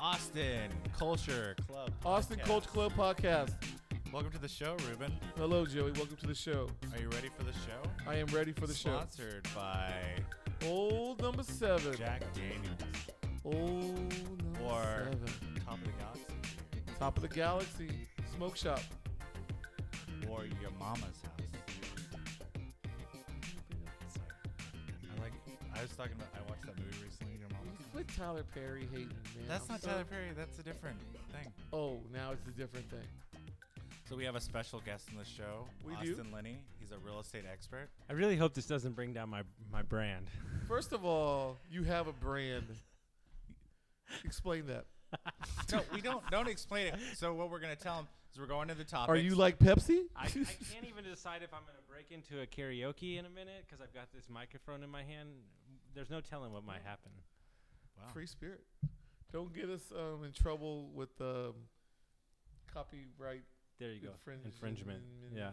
Austin Culture Club. Austin Podcast. Culture Club podcast. Welcome to the show, Ruben. Hello, Joey. Welcome to the show. Are you ready for the show? I am ready for the Sponsored by show. Old number seven. Jack Daniels Old number or seven. Top of the Galaxy Top of the Galaxy. Smoke Shop. or your mama's house. Sorry. I like. I was talking about. I watched that movie recently. Your mama's house. Quit Tyler Perry hating, man. That's I'm not so- Tyler Perry. That's a different thing. Oh, now it's a different thing. So we have a special guest on the show. We do? Austin Lenny. He's a real estate expert. I really hope this doesn't bring down my my brand. First of all, you have a brand. Explain that. No, we don't. Don't explain it. So what we're gonna tell him is we're going to the topic. Are you like Pepsi? I, I can't even decide if I'm going to break into a karaoke in a minute because I've got this microphone in my hand. There's no telling what might happen. Wow. Free spirit. Don't get us um, in trouble with um, copyright There you go. infringe- Infringement. Yeah.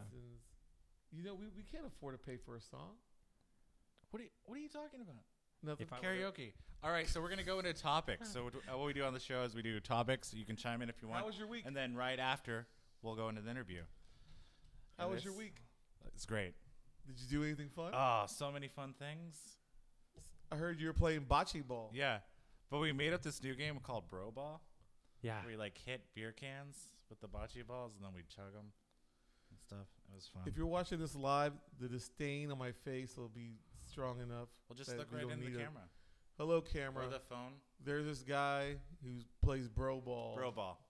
You know, we, we can't afford to pay for a song. What are you, What are you talking about? Nothing. If I would've- Karaoke. All right, so we're gonna go into topics. So what what we do on the show is we do topics. You can chime in if you want. How was your week? And then right after, we'll go into the interview. How was this- your week? It's great. Did you do anything fun? Oh, so many fun things. I heard you were playing bocce ball. Yeah, but we made up this new game called Bro Ball. Yeah. where you like hit beer cans with the bocce balls and then we'd chug them and stuff. It was fun. If you're watching this live, the disdain on my face will be strong enough. well, just that look we right don't in the need a- camera Hello, or camera. the phone. There's this guy who plays bro ball. Bro ball.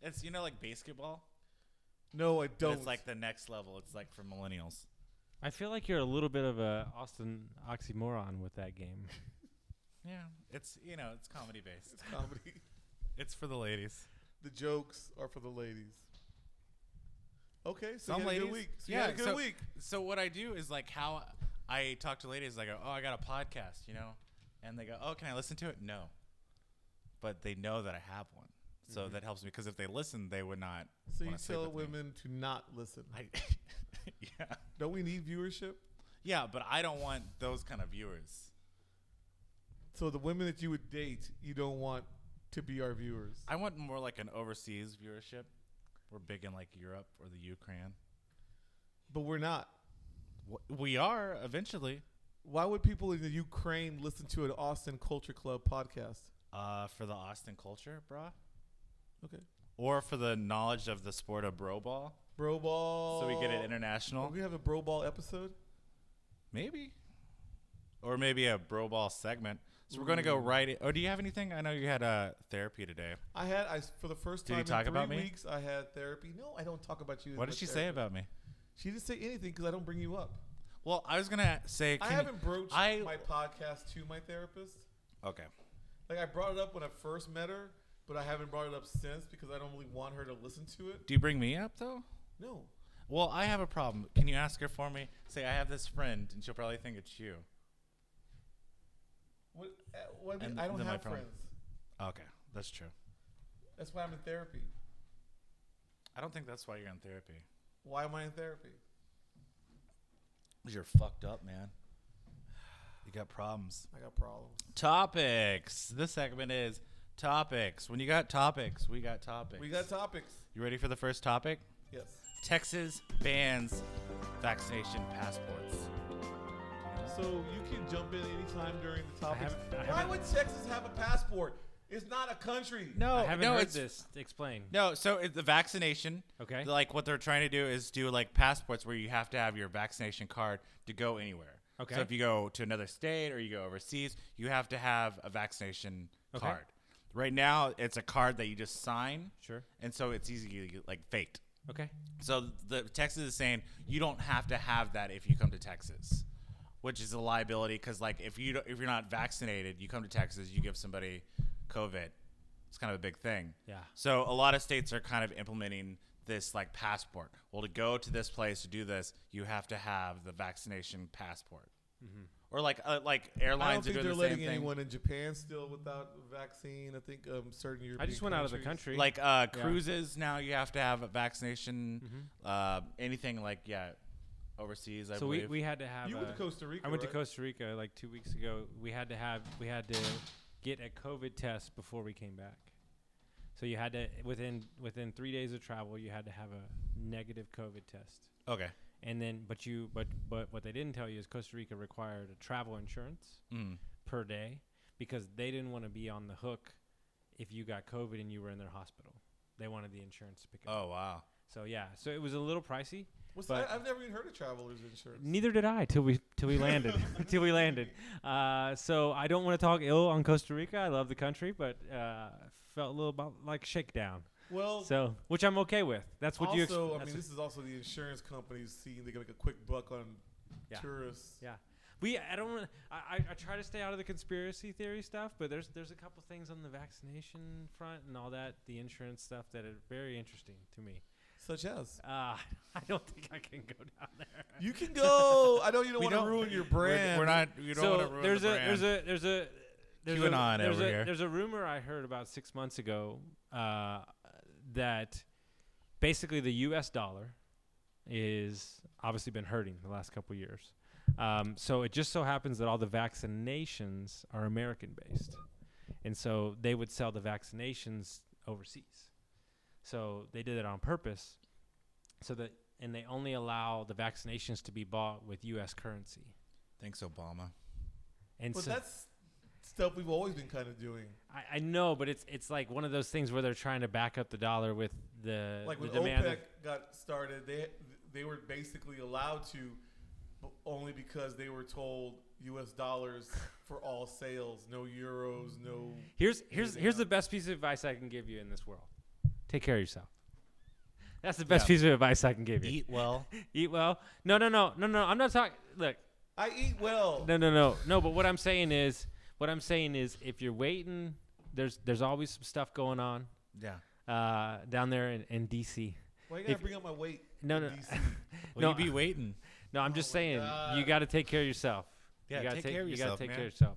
It's you know like basketball. No, I But don't. it's like the next level. It's like for millennials. I feel like you're a little bit of a Austin oxymoron with that game. Yeah, it's you know it's comedy based. It's comedy. It's for the ladies. the jokes are for the ladies. Okay, so Some you had ladies. a good week. So you yeah, had a good so, week. So what I do is like how I talk to ladies. I go, oh, I got a podcast, you know, and they go, oh, can I listen to it? No, but they know that I have one, so Mm-hmm. that helps me because if they listen, they would not. So you wanna sleep tell with me. women to not listen. I, yeah, Don't we need viewership? yeah, but I don't want those kind of viewers. So the women that you would date, you don't want to be our viewers. I want more like an overseas viewership. We're big in like Europe or the Ukraine. But we're not. Wh- We are eventually Why would people in the Ukraine listen to an Austin Culture Club podcast? uh, for the Austin culture, brah, Okay. or for the knowledge of the sport of bro ball. Bro ball. So we get it Are international. we have a bro ball episode? Maybe. Or maybe a bro ball segment. So we're going to go Mm. right. i- oh, do you have anything? I know you had uh, therapy today. I had I for the first Did time you talk in three about me? weeks I had therapy. No, I don't talk about you. as What did much she say therapy. about me? She didn't say anything because I don't bring you up. Well, I was going to say. I can you- haven't broached I- my podcast to my therapist. Okay. Like I brought it up when I first met her, but I haven't brought it up since because I don't really want her to listen to it. Do you bring me up, though? No. Well, I have a problem. Can you ask her for me? Say, I have this friend, and she'll probably think it's you. What, uh, what I, mean, And I don't then my have problem. friends. Okay. That's true. That's why I'm in therapy. I don't think that's why you're in therapy. Why am I in therapy? Because you're fucked up, man. You got problems. I got problems. Topics. This segment is topics. When you got topics, we got topics. We got topics. You ready for the first topic? Yes. Texas bans vaccination passports. So you can jump in anytime during the topics. haven't- I Why haven't- would Texas have a passport? It's not a country. No, I haven't Oh, no, heard it's this. Explain. no. So it, the vaccination. Okay. Like what they're trying to do is do like passports where you have to have your vaccination card to go anywhere. Okay. So if you go to another state or you go overseas, you have to have a vaccination Okay. card. Right now, it's a card that you just sign. Sure. And so it's easy to get like faked. Okay. So the Texas is saying you don't have to have that if you come to Texas, which is a liability because like if you don't, if you're not vaccinated, you come to Texas, you give somebody COVID. It's kind of a big thing. Yeah. So a lot of states are kind of implementing this like passport. Well, to go to this place to do this, you have to have the vaccination passport. Or like uh, like Mm-hmm. I don't airlines are think doing they're the letting same thing. anyone in Japan still without a vaccine. I think um, certain European. I just went out of the countries- country. like uh, cruises now, you have to have a vaccination. Mm-hmm. Uh, anything like yeah, overseas. I so we, believe. we had to have. You went to a- Costa Rica, I went right? to Costa Rica like two weeks ago. We had to have. We had to get a COVID test before we came back. So you had to within within three days of travel, you had to have a negative COVID test. Okay. And then, but you, but but what they didn't tell you is Costa Rica required a travel insurance Mm. per day because they didn't want to be on the hook if you got COVID and you were in their hospital. They wanted the insurance to pick it up. Oh wow. So yeah, so it was a little pricey. What's But- I, I've never even heard of travelers insurance. Neither did I till we till we landed till we landed. Uh, so I don't want to talk ill on Costa Rica. I love the country, but uh, felt a little about like shakedown. well, So which I'm okay with. That's what also, you. ex- I that's mean, this is also the insurance companies seeing they can make a quick buck on Yeah. tourists. Yeah. We I don't wanna, I, I I try to stay out of the conspiracy theory stuff, but there's there's a couple things on the vaccination front and all that, the insurance stuff that are very interesting to me. Such as Uh, I don't think I can go down there. you can go. I know you don't We want to don't- ruin your We're- brand. We're, not. You don't want to ruin there's the a brand. there's a there's a there's QAnon a there's over a, here. there's a rumor I heard about six months ago uh, that basically the U.S. dollar is obviously been hurting the last couple years. Um, so it just so happens that all the vaccinations are American based, and so they would sell the vaccinations overseas. So they did it on purpose, so that and they only allow the vaccinations to be bought with U.S. currency. Thanks, Obama. And But so that's stuff we've always been kind of doing. I, I know, but it's it's like one of those things where they're trying to back up the dollar with the Like the when demand. OPEC got started, they they were basically allowed to, but only because they were told U.S. dollars for all sales, no euros, no. here's here's Anything here's else? the best piece of advice I can give you in this world. Take care of yourself. That's the best Yeah. piece of advice I can give you. Eat, Eat well. well. No, no, no, no, no. I'm not talking. Look, I eat well. no, no, no, no. But what I'm saying is, what I'm saying is, if you're waiting, there's there's always some stuff going on Yeah. uh, down there in, in D.C. Why you gotta If- bring up my weight? No, in no. DC? Well, No, you be waiting. No, I'm Oh just my saying you God. got to take care of yourself. Yeah, you gotta take care of you yourself, gotta take man. care of yourself.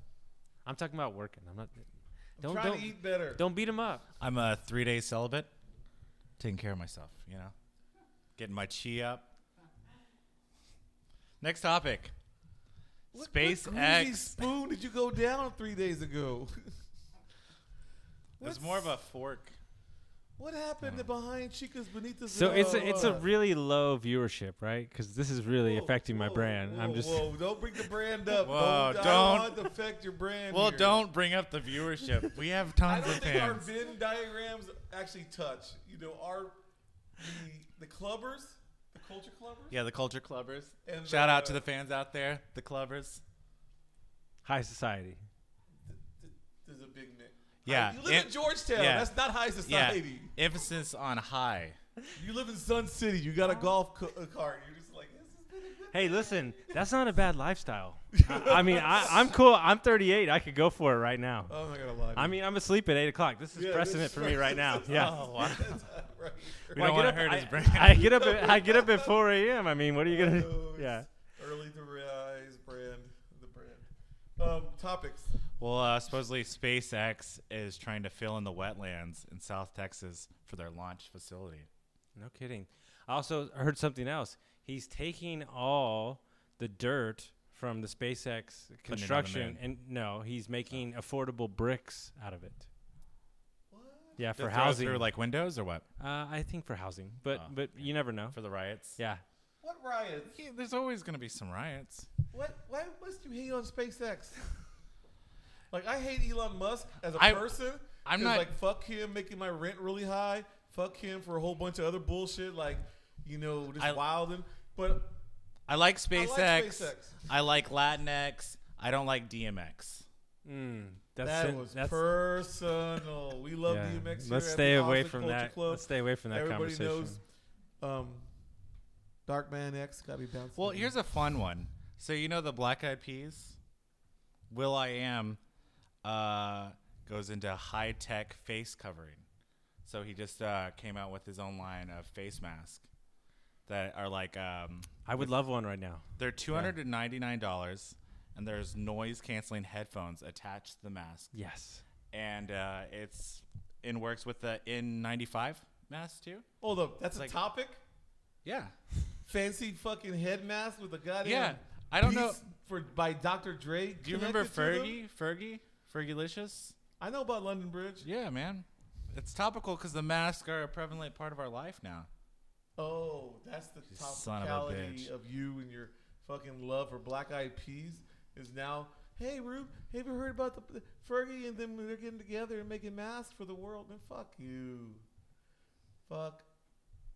I'm talking about working. I'm not. I'm Don't trying don't to eat better. don't beat him up. I'm a three day celibate, taking care of myself, you know, getting my chi up. Next topic What- what greasy SpaceX. spoon did you go down three days ago? It's more of a fork. What happened to behind Chicas Bonitas? So it's a, it's a Zorro? really low viewership, right? Because this is really Whoa, affecting my whoa, brand. I'm whoa, just Whoa! Don't bring the brand up. Whoa, don't. don't- I don't want to affect your brand. Well, here. don't bring up the viewership. We have I tons don't of think our fans. Venn diagrams actually touch. You know, our the, the clubbers, the culture clubbers. Yeah, the culture clubbers. And Shout out to the- the fans out there, the clubbers. high society. Th- There's a big man. Yeah, you live in it- Georgetown. yeah. That's not high Yeah, society. emphasis on high. You live in Sun City. You got a golf co- uh, cart. You're just like, this is good. Hey, listen, that's not a bad lifestyle. I, I mean, I, I'm cool. I'm 38. I could go for it right now. Oh, I'm not gonna lie. I mean, I'm asleep at eight o'clock. This is Oh. Yeah, precedent this- for me right now. Yeah. Oh, wow. right here. We don't I want get to up- hurt I, his brand. I get up. At, I get up at 4 a.m. I mean, what are you gonna? do? Oh, it's Yeah. Early to rise brand, the brand. Um, topics. Well, uh, supposedly SpaceX is trying to fill in the wetlands in South Texas for their launch facility. No kidding. I also heard something else. He's taking all the dirt from the Oh. SpaceX the moon. construction, and no, he's making affordable bricks out of it. What? Yeah, for Just throw housing. through like windows or what? uh, I think for housing, but Oh, but you never know. For the riots? Yeah, What riots? Yeah, there's always going to be some riots. What? Why must you hate on SpaceX? like I hate Elon Musk as a I- person. I'm 'cause, not- like fuck him making my rent really high. Fuck him for a whole bunch of other bullshit like you know just I- wilding. But I like SpaceX. I like, SpaceX. Latinx. I don't like DMX. mm, Hmm. that's that it- was that's- personal. We love yeah. DMX. Here Let's at stay the away Austin from Culture that. Club. Let's stay away from that Everybody conversation. knows. Um, Dark Man X got to be bouncing. Well, here's a fun one. So you know the Black Eyed Peas? Will I Am uh, goes into high tech face covering. So he just uh, came out with his own line of face masks that are like um, I would love one right now. they're two hundred and ninety nine dollars, and there's noise canceling headphones attached to the mask, Yes. and uh, it's in works with the N95 mask too. Hold up, that's Like- a topic. Yeah, Fancy fucking head mask with a goddamn. yeah. I don't know. piece For by Dr. Dre. Do you remember connected to them? Fergie? Fergie? Fergie Licious? I know about London Bridge. Yeah, man. It's topical because the masks are a prevalent part of our life now. Oh, that's the You son of a topicality bitch. of, you and your fucking love for Black Eyed Peas is now. Hey, Rube, have you heard about the, the Fergie and them? They're getting together and making masks for the world. Man, fuck you, fuck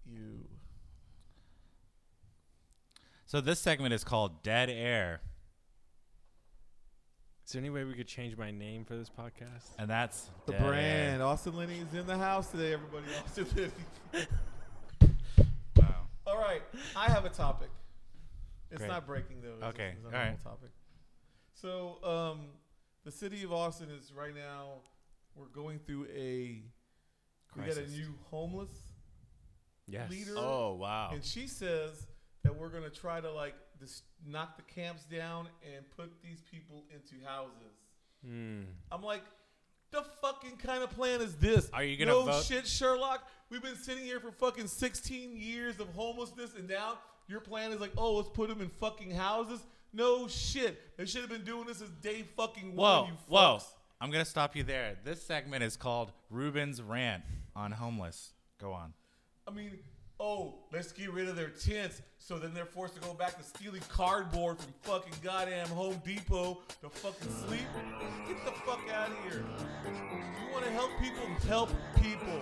you. So this segment is called Dead Air, Is there any way we could change my name for this podcast? and that's The Dead Air. brand Austin Lenny is in the house today. Everybody, Austin Lenny. Wow. All right, I have a topic. It's Great. not breaking though. It's Okay, it's a all normal right. Topic. So, um, the city of Austin is right now. We're going through a. We got a Crisis. new homeless Yes. leader, Oh wow. and she says that we're gonna try to like dis- knock the camps down and put these people into houses. Hmm. I'm like, the fucking kind of plan is this? Are you gonna no vote- shit, Sherlock? We've been sitting here for fucking 16 years of homelessness, and now your plan is like, oh, let's put them in fucking houses. No shit, they should have been doing this since day fucking Whoa, one. You whoa. fucks. I'm gonna stop you there. This segment is called Ruben's Rant on Homeless. Go on. I mean, oh, let's get rid of their tents, so then they're forced to go back to stealing cardboard from fucking goddamn Home Depot to fucking sleep. Get the fuck out of here. You want to help people? Help people.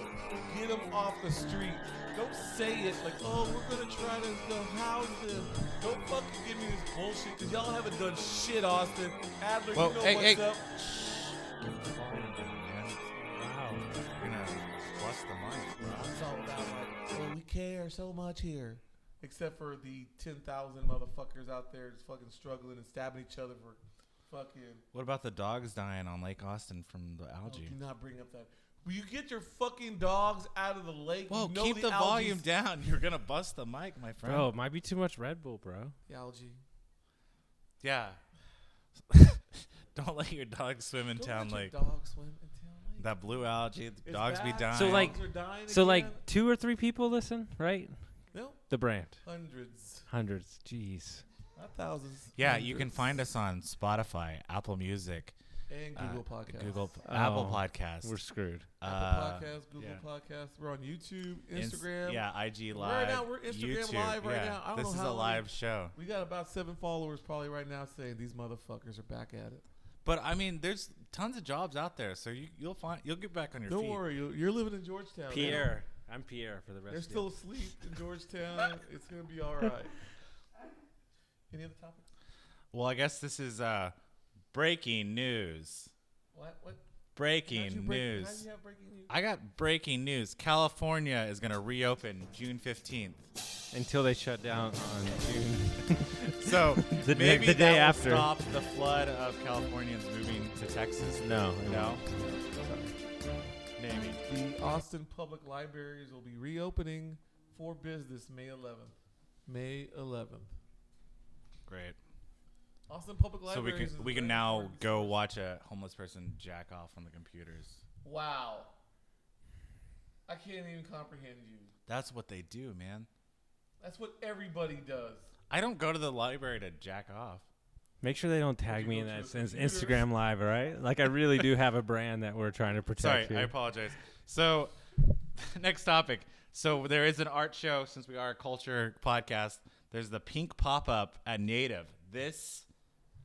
Get them off the street. Don't say it like, oh, we're gonna try to go house them. Don't fucking give me this bullshit, cause y'all haven't done shit, Austin. Adler, Whoa, you know hey, what's hey. up. Wow. You're gonna bust the mic. It's all about like, oh, we care so much here. Except for the 10,000 motherfuckers out there just fucking struggling and stabbing each other for fucking. What about the dogs dying on Lake Austin from the Oh, algae? do not bring up that. Will you get your fucking dogs out of the lake? Whoa, You know keep the, algae's- volume down. You're gonna bust the mic, my friend. Bro, it might be too much Red Bull, bro. The algae. Yeah. Don't let your dog swim in Don't town let lake. your dogs swim in town lake. That blue algae, the It's dogs be bad. dying. So, like- Dogs are dying So again. like two or three people listen, right? No, The brand. hundreds. Hundreds. Jeez. Not thousands. yeah, you can find us on Spotify, Apple Music, And uh, Google Podcasts. Google, Oh, Apple Podcasts, We're screwed. uh, Apple Podcasts, Google yeah. Podcasts. We're on YouTube, Inst- Instagram. yeah, IG Right Live. now, we're Instagram YouTube. Live right yeah. now. I don't this know is how a many- live show. We got about seven followers probably right now saying these motherfuckers are back at it. But I mean, there's tons of jobs out there, so you, you'll find you'll get back on your Don't feet. worry, you're, you're living in Georgetown. now. Pierre. I'm Pierre for the rest Oh, They're of still asleep in Georgetown. it's gonna be all right. Any other topics? Well, I guess this is uh, breaking news. What? What? How'd you Breaking break- news. How do you have breaking news? I got breaking news. California is going to reopen June 15th. until they shut down on June. So The day- maybe the day that after. will stop the flood of Californians moving to Texas. No, it no, won't. maybe. The Austin Public Libraries will be reopening for business May 11th. May 11th. Great. Austin Public So we Libraries. can is we can very now important. go watch a homeless person jack off on the computers. Wow. I can't even comprehend you. That's what they do, man. That's what everybody does. I don't go to the library to jack off. Make sure they don't you tag me go in to that the sense. computer? Instagram Live, all right? Like I really do have a brand that we're trying to protect Sorry, here. I apologize. So, next topic. So there is an art show since we are a culture podcast. There's the Pink Pop Up at Native this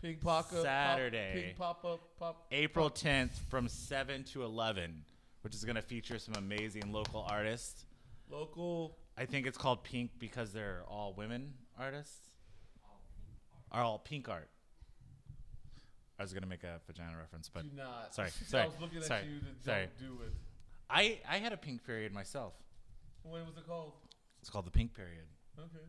Pink pop up. Saturday. Pop, pink pop up. Pop. April 10th from 7 to 11, which is going to feature some amazing local artists. Local. I think it's called Pink because they're all women artists. Are all pink art. I was going to make a vagina reference, but do not. sorry, I sorry, was looking sorry, at you to sorry. don't do it. I, I had a pink period myself. What was it called? It's called the pink period. Okay.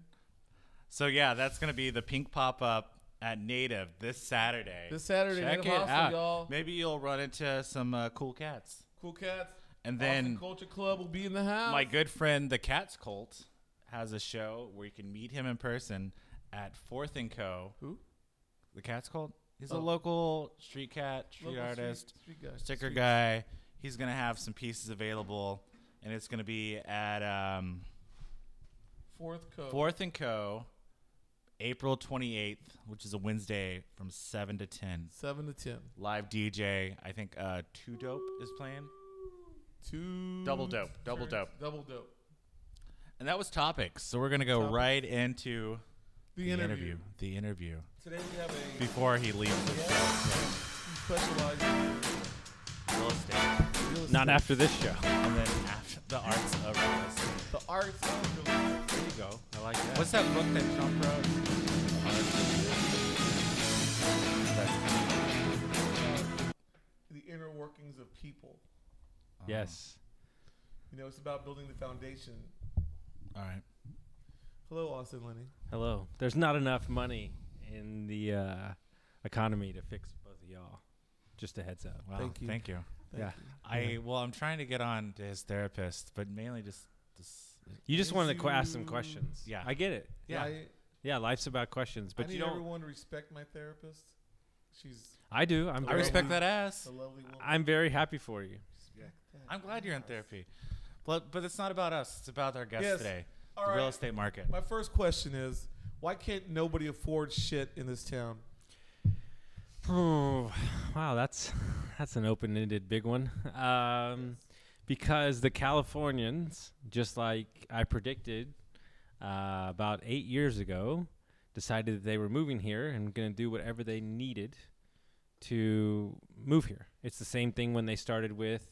So yeah, that's gonna be the pink pop up at Native this Saturday. This Saturday, check Native it Hostel, out. y'all. Maybe you'll run into some uh, cool cats. Cool Cats. And Austin then Culture Club will be in the house. my good friend the Cats Cult has a show where you can meet him in person at Fourth and Co. Who? The Cats Cult. He's Oh. a local street cat, street Local artist, Street, street guy. sticker street- guy. He's gonna have some pieces available, and it's gonna be at um, Fourth Code. Fourth and Co. April 28th, which is a Wednesday from 7 to 10. Seven to ten. Live DJ. I think uh, Two Dope is playing. Two. Double dope, double turns. dope. Double dope. And that was topics. So we're going to go Topics. right into The, the interview. interview. The interview. Today we have a Before he leaves the specialized in real estate. real estate. Not after this show. And then after the arts of real estate. the arts of real estate. There you go. I like that. What's that book that Trump wrote? the inner workings of people. yes. You know, it's about building the foundation. Um, All right. Hello, Austin Lenny. Hello. There's not enough money in the uh, economy to fix both of y'all. Just a heads up. Wow. Thank you. Thank you. Thank Yeah. you. I well, I'm trying to get on to his therapist, but mainly just this. You just Thank wanted to qu- ask some you. questions. Yeah. I get it. Yeah. I, Yeah, life's about questions, but but I you need don't. everyone to respect my therapist. She's I do. I'm. I Very, respect that ass. a lovely woman. I'm very happy for you. Respect that I'm glad you're in ass. therapy, but but it's not about us. It's about our guest Yes. today, All the real right. estate market. My first question is why can't nobody afford shit in this town? Oh, wow, that's that's an open-ended big one. Um, because the Californians, just like I predicted uh, about eight years ago, decided that they were moving here and going to do whatever they needed to move here. It's the same thing when they started with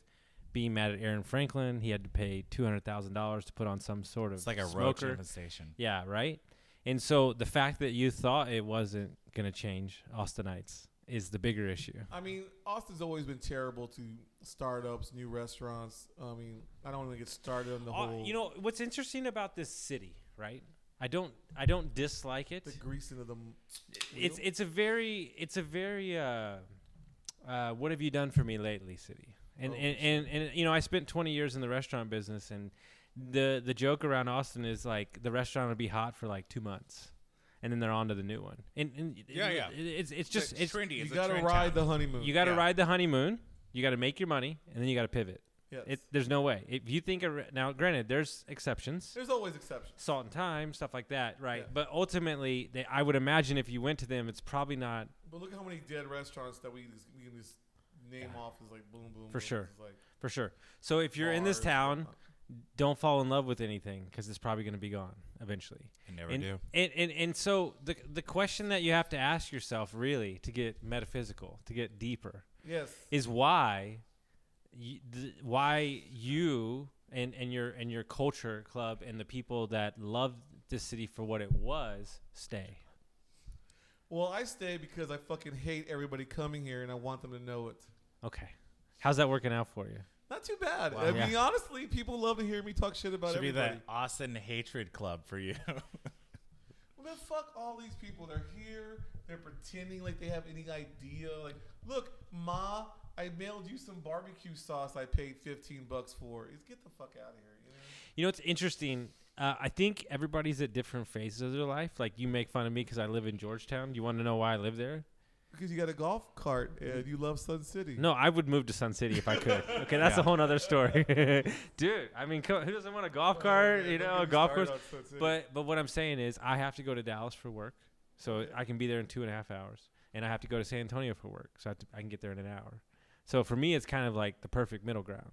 being mad at Aaron Franklin. He had to pay two hundred thousand dollars to put on some sort of It's like a road smoker. compensation. Yeah, right. And so the fact that you thought it wasn't going to change Austinites is the bigger issue. I mean, Austin's always been terrible to startups, new restaurants. I mean, I don't want to get started on the whole you know what's interesting about this city, right? I don't I don't dislike it. the greasing of the m- It's wheel. it's a very it's a very uh, uh, what have you done for me lately, city? And, Oh, and, and and you know I spent 20 years in the restaurant business, and the the joke around Austin is like the restaurant will be hot for like two months, and then they're on to the new one. And, and Yeah, yeah. it's it's just it's trendy. you got to ride the honeymoon. You got to Yeah. ride the honeymoon. You got to make your money, and then you got to pivot. Yes. It, there's no way. If you think a re- now, granted, there's exceptions, There's always exceptions. salt and time, stuff like that, right? Yeah. But ultimately, they, I would imagine if you went to them, it's probably not But look at how many dead restaurants that we, just, we can just name off as like boom, boom. For boom. sure. It's like for sure. So if you're in this bars and town, whatnot. don't fall in love with anything because it's probably going to be gone eventually. never and, do. And, and and so the the question that you have to ask yourself really to get metaphysical, to get deeper, Yes. is why y- th- why you and, and your and your culture club and the people that love this city for what it was stay. Well, I stay because I fucking hate everybody coming here and I want them to know it. Okay. How's that working out for you? Not too bad. Wow. I mean, Yeah. honestly, people love to hear me talk shit about Should be everybody. the Austin hatred club for you. Well, then fuck all these people. They're here. They're pretending like they have any idea. Like, look, ma, I mailed you some barbecue sauce. I paid fifteen bucks for. It's get the fuck out of here. You know? You know, it's interesting. Uh, I think everybody's at different phases of their life. Like you make fun of me because I live in Georgetown. You want to know why I live there? Because you got a golf cart and you love Sun City. No, I would move to Sun City if I could. Okay, that's Yeah. a whole nother story, dude. I mean, co- who doesn't want a golf cart? you know, a golf course. But but what I'm saying is, I have to go to Dallas for work, so Okay. I can be there in two and a half hours, and I have to go to San Antonio for work, so I, have to, I can get there in an hour. So for me, it's kind of like the perfect middle ground.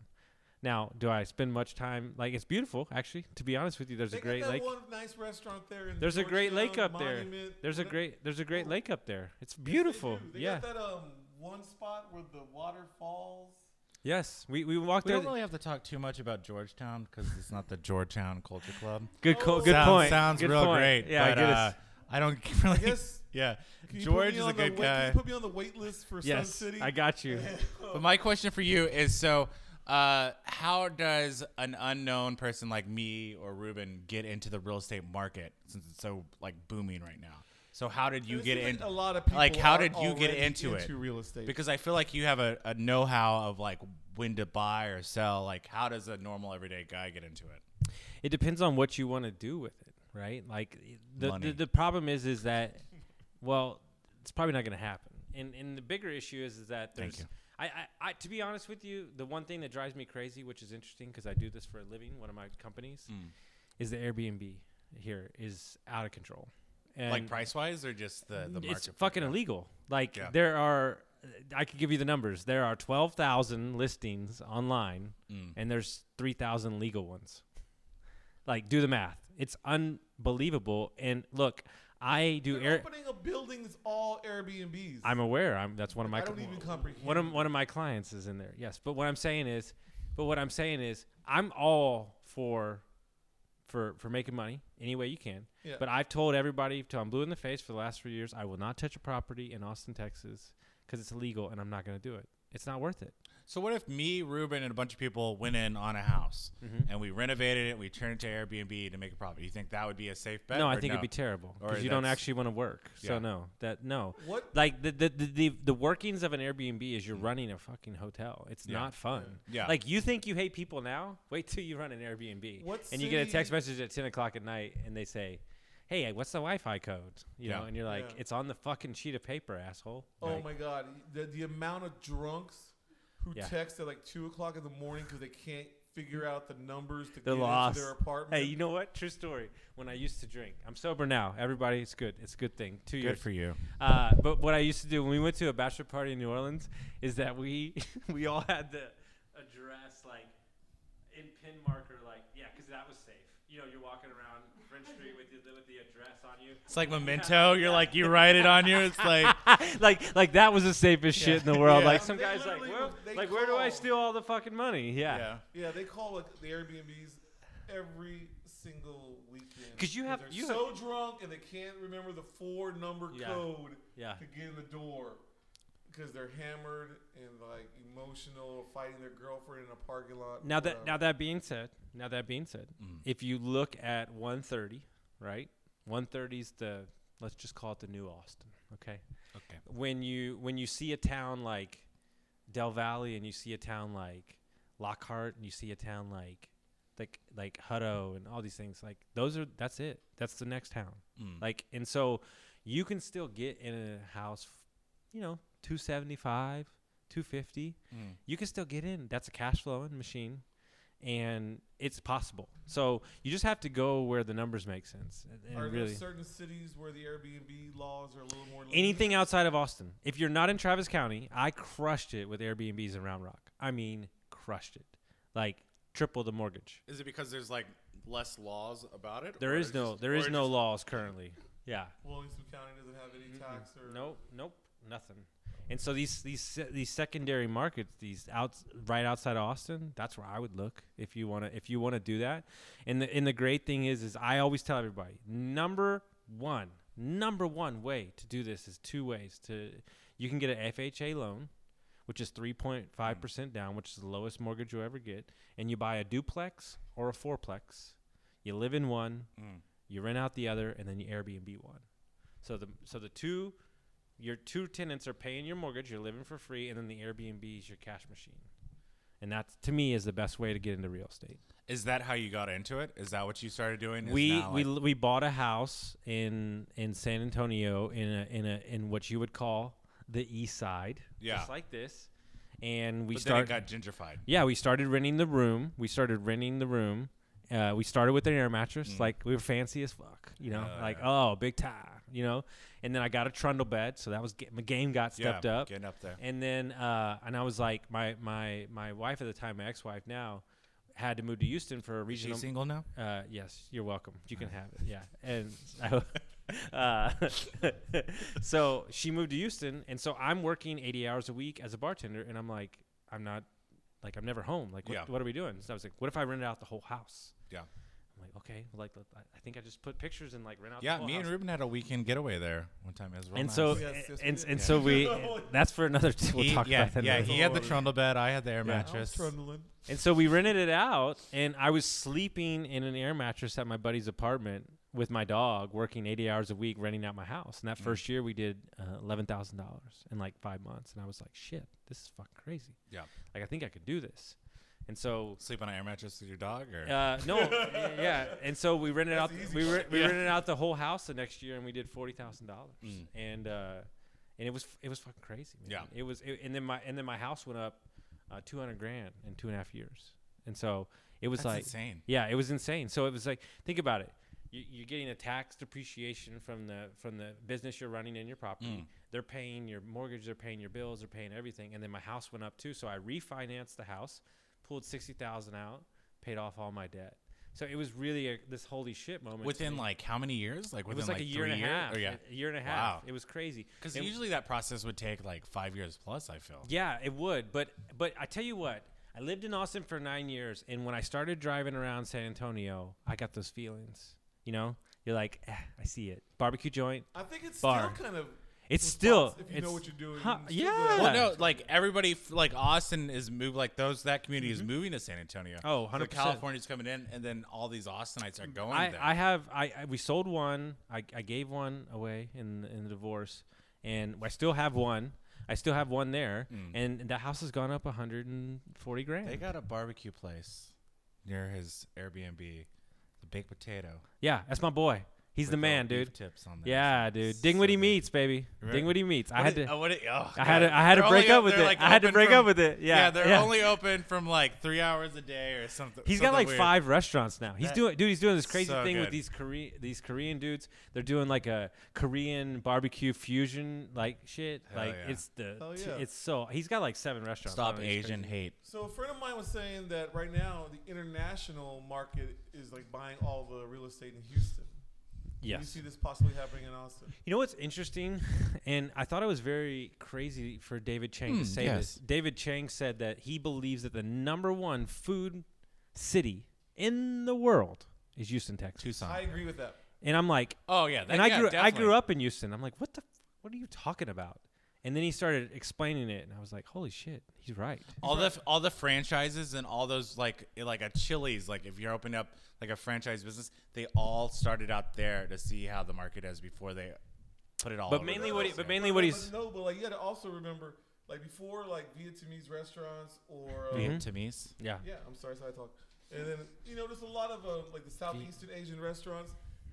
Now, do I spend much time? Like it's beautiful, actually. To be honest with you, there's they a great got that lake. One nice restaurant there. In There's a great lake Georgetown, up there. Monument, There's a whatever. great there's a great Oh. lake up there. It's Yes, they beautiful. do. They yeah. got that um one spot where the water falls. Yes, we we walked we there. don't really have to talk too much about Georgetown because it's not the Georgetown Culture Club. good co- Oh. good Sounds- point. Sounds Good real point. great. Yeah, but, I get uh, it. I don't really. I guess. Yeah, Can you put George me is on a the good wait- Can guy. you put me on the wait list for Yes, Sun City? I got you. But my question for you is so uh, how does an unknown person like me or Ruben get into the real estate market since it's so like booming right now? So how did you It get seems in? like a lot of people like, how are did you get already into it? real estate because I feel like you have a, a know-how of like when to buy or sell. Like how does a normal everyday guy get into it? It depends on what you want to do with it, right? Like the, Money. the the problem is is that well, it's probably not going to happen. And and the bigger issue is, is that Thank there's I, I, I to be honest with you, the one thing that drives me crazy, which is interesting because I do this Mm. for a living, one of my companies, is the Airbnb here is out of control. And like price wise or just the the market? it's for it? fucking illegal. Like Yeah. there are, I could give you the numbers. There are twelve thousand listings online, Mm. and there's three thousand legal ones. Like, do the math. It's unbelievable. And look, I do They're air. opening a building that's all Airbnbs. I'm aware. I'm that's one of my. I don't cl- even comprehend. One of one of my clients is in there. Yes, but what I'm saying is, but what I'm saying is, I'm all for, for for making money any way you can. Yeah. But I've told everybody till I'm blue in the face for the last three years, I will not touch a property in Austin, Texas, because it's illegal, and I'm not going to do it. It's not worth it. So what if me, Ruben, and a bunch of people went in on a house Mm-hmm. and we renovated it, and we turned it to Airbnb to make a profit? You think that would be a safe bet? no, I or think it'd be terrible Or because you don't that's- actually want to work. So Yeah. no, that no. What- Like the the, the the the workings of an Airbnb is you're running a fucking hotel. It's Mm. Yeah. not fun. Yeah. Like you think you hate people now? Wait till you run an Airbnb. What and you get a city- text message at ten o'clock at night, and they say, "Hey, what's the Wi-Fi code?" You Yeah. know, and you're like, Yeah. "It's on the fucking sheet of paper, asshole." Oh Like, my god, the, the amount of drunks who Yeah. text at like two o'clock in the morning because they can't figure out the numbers to They're get lost. into their apartment. Hey, you know what? True story. When I used to drink, I'm sober now. Everybody, it's good. It's a good thing. Two Good years for you. Uh, but what I used to do when we went to a bachelor party in New Orleans is that we we all had the address like in pin marker, like yeah, because that was safe. You know, you're walking around French Street with the, with the address on you. It's like memento. You're like you write it on you. It's like like like that was the safest shit in the world. Yeah. Like some They guys like, literally well, would- they like where do I call. steal all the fucking money? Yeah. yeah. yeah, they call like the Airbnbs every single weekend 'Cause you have- they're you so drunk and they can't remember the four number Yeah. Ah. code Yeah. to get in the door because they're hammered and like emotional, fighting their girlfriend in a parking lot. uh, Now that whatever. now that being said, now that being said, Mm. if you look at 130, right? 130's the let's just call it the new Austin, okay? Okay. When you when you see a town like Del Valley and you see a town like Lockhart and you see a town like like like Hutto and all these things, like those are that's it. That's the next town. Mm. Mm. Like and so you can still get in a house, you know, 275, 250 Mm. you can still get in. That's a cash flowing machine, and it's possible. So you just have to go where the numbers make sense. and- and Are really, there certain cities where the Airbnb laws are a little more? lenient? anything outside of Austin, if you're not in Travis County, I crushed it with Airbnbs in Round Rock. I mean, crushed it, like triple the mortgage. Is it because there's like less laws about it? There is no, there is no laws currently. Yeah. Williamson County doesn't have any tax or Nope, nope, nothing. And so these these se- these secondary markets, these out right outside of Austin, that's where I would look if you wanna if you wanna do that. And the and the great thing is is I always tell everybody number one number one way to do this is two ways to you can get an FHA loan, which is three point five percent down, which is the lowest mortgage you'll ever get, and you buy a duplex or a fourplex. You live in one, you rent out the other, and then you Airbnb one. So the so the two your two tenants are paying your mortgage, you're living for free, and then the Airbnb is your cash machine. And that to me is the best way to get into real estate. Is that how you got into it? Is that what you started doing? Is We now, we, like- l- we bought a house in in San Antonio in a in a in what you would call the east side. Yeah. Just like this. And we but start then it got gentrified. yeah, we started renting the room. We started renting the room. Uh, we started with an air mattress. Like we were fancy as fuck, you know. Mm. Yeah, like yeah. oh, big time, you know. And then I got a trundle bed, so that was ga- my game got stepped yeah, up. Getting up there. And then uh, and I was like, my my my wife at the time, my ex-wife now, had to move to Houston for a Is she regional. single now? Uh, yes, you're welcome. You can have it. Yeah, and I, uh, so she moved to Houston, and so I'm working 80 hours a week as a bartender, and I'm like, I'm not, like, I'm never home. Like, what, Yeah. what are we doing? So I was like, what if I rented out the whole house? Yeah. I'm like, okay, like, let- I I think I just put pictures and like rent out. Yeah, the whole me and house. Ruben had a weekend getaway there one time. It was real And nice. so, Yes, yes, we and, did. and so we, that's for another, t- we'll He- talk yeah, about that yeah, another he had the trundle bed. I had the air I was mattress. trundling. And so we rented it out, and I was sleeping in an air mattress at my buddy's apartment with my dog, working 80 hours a week, renting out my house. And that first year, we did uh, $11,000 in like five months. And I was like, shit, this is fucking crazy. Yeah. Like, I think I could do this. And so. Sleep on an air mattress with your dog, or Uh, no, yeah, and so we rented out That's the easy we, re- part. we Yeah. rented out the whole house the next year, and we did forty thousand dollars, Mm. and uh, and it was it was fucking crazy, man. Yeah. it was, it, and then my and then my house went up uh, two hundred grand in two and a half years, and so it was that's like insane. yeah, it was insane. So it was like, think about it. you- you're getting a tax depreciation from the from the business you're running in your Mm. property. They're paying your mortgage, they're paying your bills, they're paying everything. And then my house went up too, so I refinanced the house, pulled sixty thousand out, paid off all my debt. So it was really a, this holy shit moment. to Within me. like how many years? Like it within was like, a year three and a years? half. Oh, yeah. a year and a half. Wow. It was crazy. Because And- usually that process would take like five years plus. I feel. Yeah, it would. But but I tell you what, I lived in Austin for nine years, and when I started driving around San Antonio, I got those feelings. You know, you're like, "Eh, I see it. Barbecue joint. I think it's Bar. still kind of. It's response- still. If you it's- know what you're doing. Huh, you can still go yeah. Well, no, like everybody, f- like Austin is move like those that community is moving to San Antonio. Mm-hmm. Oh, so 100%. California's coming in, and then all these Austinites are going I, there. I have I, I we sold one. I, I gave one away in in the divorce, and I still have one. I still have one there, Mm. and the house has gone up 140 grand. they got a barbecue place near his Airbnb, the baked potato. yeah, that's my boy. He's oh, the with man, little beef dude. Tips on there. Yeah, dude. Dingwitty good. meats, baby. Right. Dingwitty meats. I had to. Oh, what it- oh, I had God. to- I had to They're break only up op- with they're, it. I had to open break from- up with it. Yeah, they're yeah. only open from like three hours a day or something. He's got something like weird. five restaurants now. He's That- doing, dude. He's doing this crazy so thing with good. these Korean, these Korean dudes. They're doing like a Korean barbecue fusion, like shit. Hell like yeah. it's the, Hell t- yeah. it's so. He's got like seven restaurants. I Stop don't know, it's Asian crazy. hate. So a friend of mine was saying that right now the international market is like buying all the real estate in Houston. You Yes. see this possibly happening in Austin. You know what's interesting, and I thought it was very crazy for David Chang Hmm, to say yes. this. David Chang said that he believes that the number one food city in the world is Houston, Texas. Tucson. I agree with that. And I'm like, oh yeah, that, and I yeah, grew I definitely. grew up in Houston. I'm like, what the f- what are you talking about? And then he started explaining it, and I was like, holy shit, he's right. all the all the franchises and all those like like a Chili's like if you're opening up like a franchise business, they all started out there to see how the market is before they put it all. But over mainly the what he- place, but yeah. mainly what he's- no, but like you got to also remember like before like Vietnamese restaurants or uh, Mm-hmm. Vietnamese. Yeah. yeah, I'm sorry, so I talk. And then you know, there's a lot of um, like the southeastern Asian restaurants.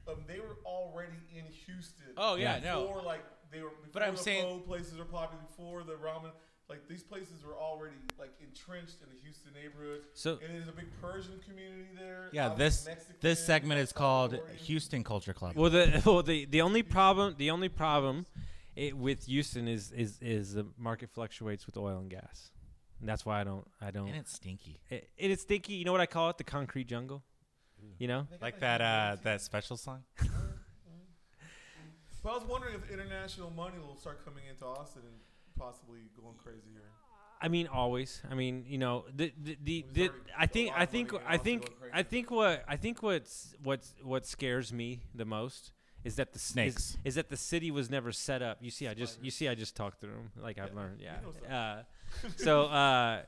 Um, they were already in Houston. Oh, yeah, no. before, like they were. Before But I'm the saying- pho places were popular before the ramen. Like these places were already like entrenched in the Houston neighborhood. So- and there's a big Persian community there. Yeah, obviously this Mexican, this segment is called Salvadorian. Houston Culture Club. Well, the well the, the only problem the only problem it, with Houston is is is the market fluctuates with oil and gas, and that's why I don't I don't. and it's stinky. It, it is stinky. You know what I call it? The concrete jungle. Mm. You know. They got, Like that uh Vietnamese- that special song. But I was wondering if international money will start coming into Austin and possibly going crazy here. I mean, always. I mean, you know, the the, the, Well, there's the already I a think lot I of think money in I Austin going think crazy. I think what I think what's what's what scares me the most is that the s- is- Snakes. is, that the city was never set up. You see, I just you see, I just talked through them like I've Yeah, learned. you Yeah. know something. Uh, so uh,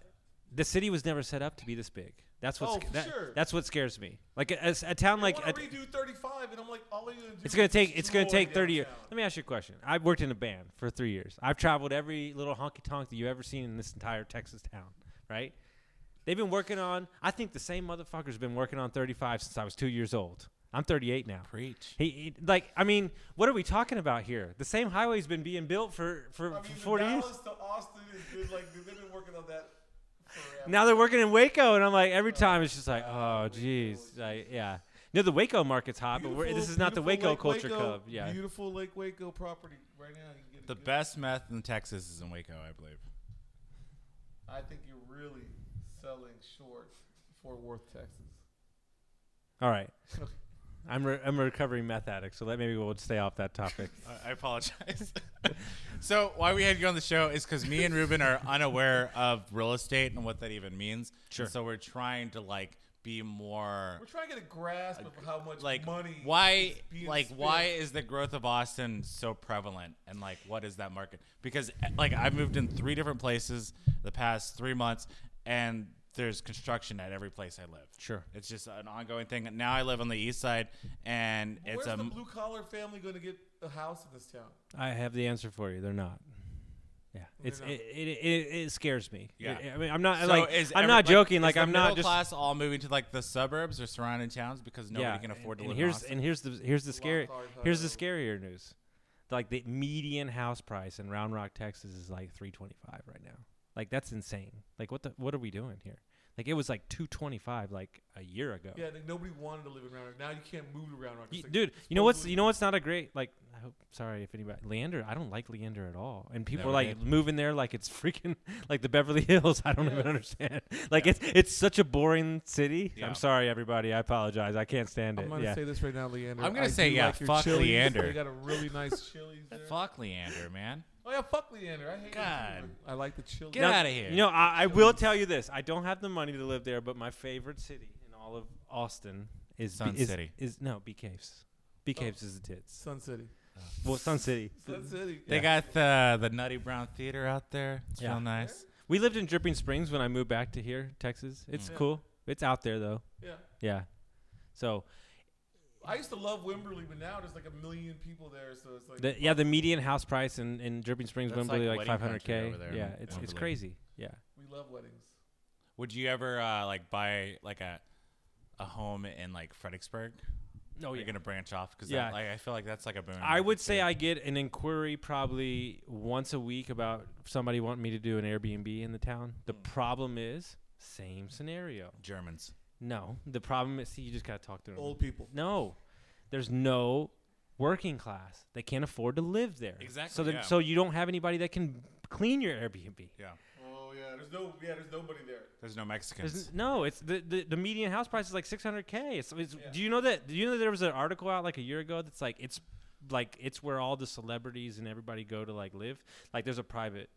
the city was never set up to be this big. That's what Oh, sc- for that- sure. that's what scares me. Like a, a s- a town like I a, want to redo 35, and I'm like, all you're gonna do it's gonna is take it's gonna destroy take thirty years. downtown. Let me ask you a question. I've worked in a band for three years. I've traveled every little honky tonk that you ever seen in this entire Texas town, right? They've been working on. I think the same motherfucker's been working on thirty five since I was two years old. I'm thirty eight now. Preach. He, he like I mean, what are we talking about here? The same highway's been being built for for, I mean, for the forty years. Dallas to Austin has been like they've been working on that forever. Now they're working in Waco, and I'm like every time it's just like, oh jeez, like yeah. No, the Waco market's hot, but we're, this Beautiful- is not the Waco beautiful Lake culture Waco- club. Yeah, beautiful Lake Waco property right now. You can get a The good- best meth in Texas is in Waco, I believe. I think you're really selling short Fort Worth, Texas. All right. I'm, re- I'm a recovering meth addict, so let maybe we'll stay off that topic. I- I apologize. so why we had you on the show is because me and Ruben are unaware of real estate and what that even means. Sure. So we're trying to like be more We're trying to get a grasp of how much like money. why is being like spent. why is the growth of Austin so prevalent and like what is that market? Because eh, like I've moved in three different places the past three months and there's construction at every place I live. Sure. It's just an ongoing thing. Now I live on the east side and it's Where's a um, the blue collar family going to get a house in this town? I have the answer for you. They're not. Yeah, it's not. It, it, it it scares me. Yeah. It- I mean I'm not So like is I'm every- not joking. is Like, the I'm not middle just class all moving to like the suburbs or surrounding towns because nobody yeah. can afford and, to and live. here's in Austin. and here's the here's the scary Lockhart here's the Hutto. scarier news. Like the median house price in Round Rock, Texas, is like 325 right now. Like that's insane. Like what the what are we doing here? Like it was like 225 like a year ago. Yeah, like nobody wanted to live in Round Rock. Now you can't move to Round Rock. It's Y- like- dude, you know what's supposedly- you know what's not a great like. I hope sorry if anybody Leander. I don't like Leander at all, and people are Never like did. moving there like it's freaking like the Beverly Hills. I don't Yeah. even understand. Like Yeah. it's it's such a boring city. Yeah. I'm sorry everybody. I apologize. I can't stand I'm it. gonna Yeah. say this right now, Leander. I'm gonna I say, do yeah, like your fuck Chili's. Leander. They got a really nice Chili's there. Fuck Leander, man. Oh yeah, fuck Leander. I hate God. Leander. I like the Chili's. Get Now, outta here. You know, I, I will tell you this. I don't have the money to live there, but my favorite city in all of Austin is Sun B- is, City. Is no B Caves. Oh. B Caves is the tits. Sun City. Well, Sun City. Sun City. They got the the Nutty Brown Theater out there. It's Yeah. real nice. We lived in Dripping Springs when I moved back to here, Texas. It's Mm. cool. It's out there though. Yeah. Yeah. So I used to love Wimberley, but now there's like a million people there, so it's like the, yeah, the median house price in, in Dripping Springs, That's like Wimberley, like wedding five hundred k. country over there Yeah, in it's it's Wimberley. crazy. Yeah. we love weddings. Would you ever uh, like buy like a a home in like Fredericksburg? Oh Are you gonna branch off? Because Yeah. like, I feel like that's like a boom. I would say I get an inquiry probably once a week about somebody wanting me to do an Airbnb in the town. The problem is same scenario. Germans. No, the problem is see, you just gotta talk to them. Old people. No, there's no working class. They can't afford to live there. So Exactly, then, yeah. so you don't have anybody that can clean your Airbnb. Yeah. Oh yeah, there's no yeah, there's nobody there. There's no Mexicans. There's, n- no, it's the, the the median house price is like 600k. It's, it's, Yeah. Do you know that? Do you know that there was an article out like a year ago that's like it's like it's where all the celebrities and everybody go to like live. Like there's a private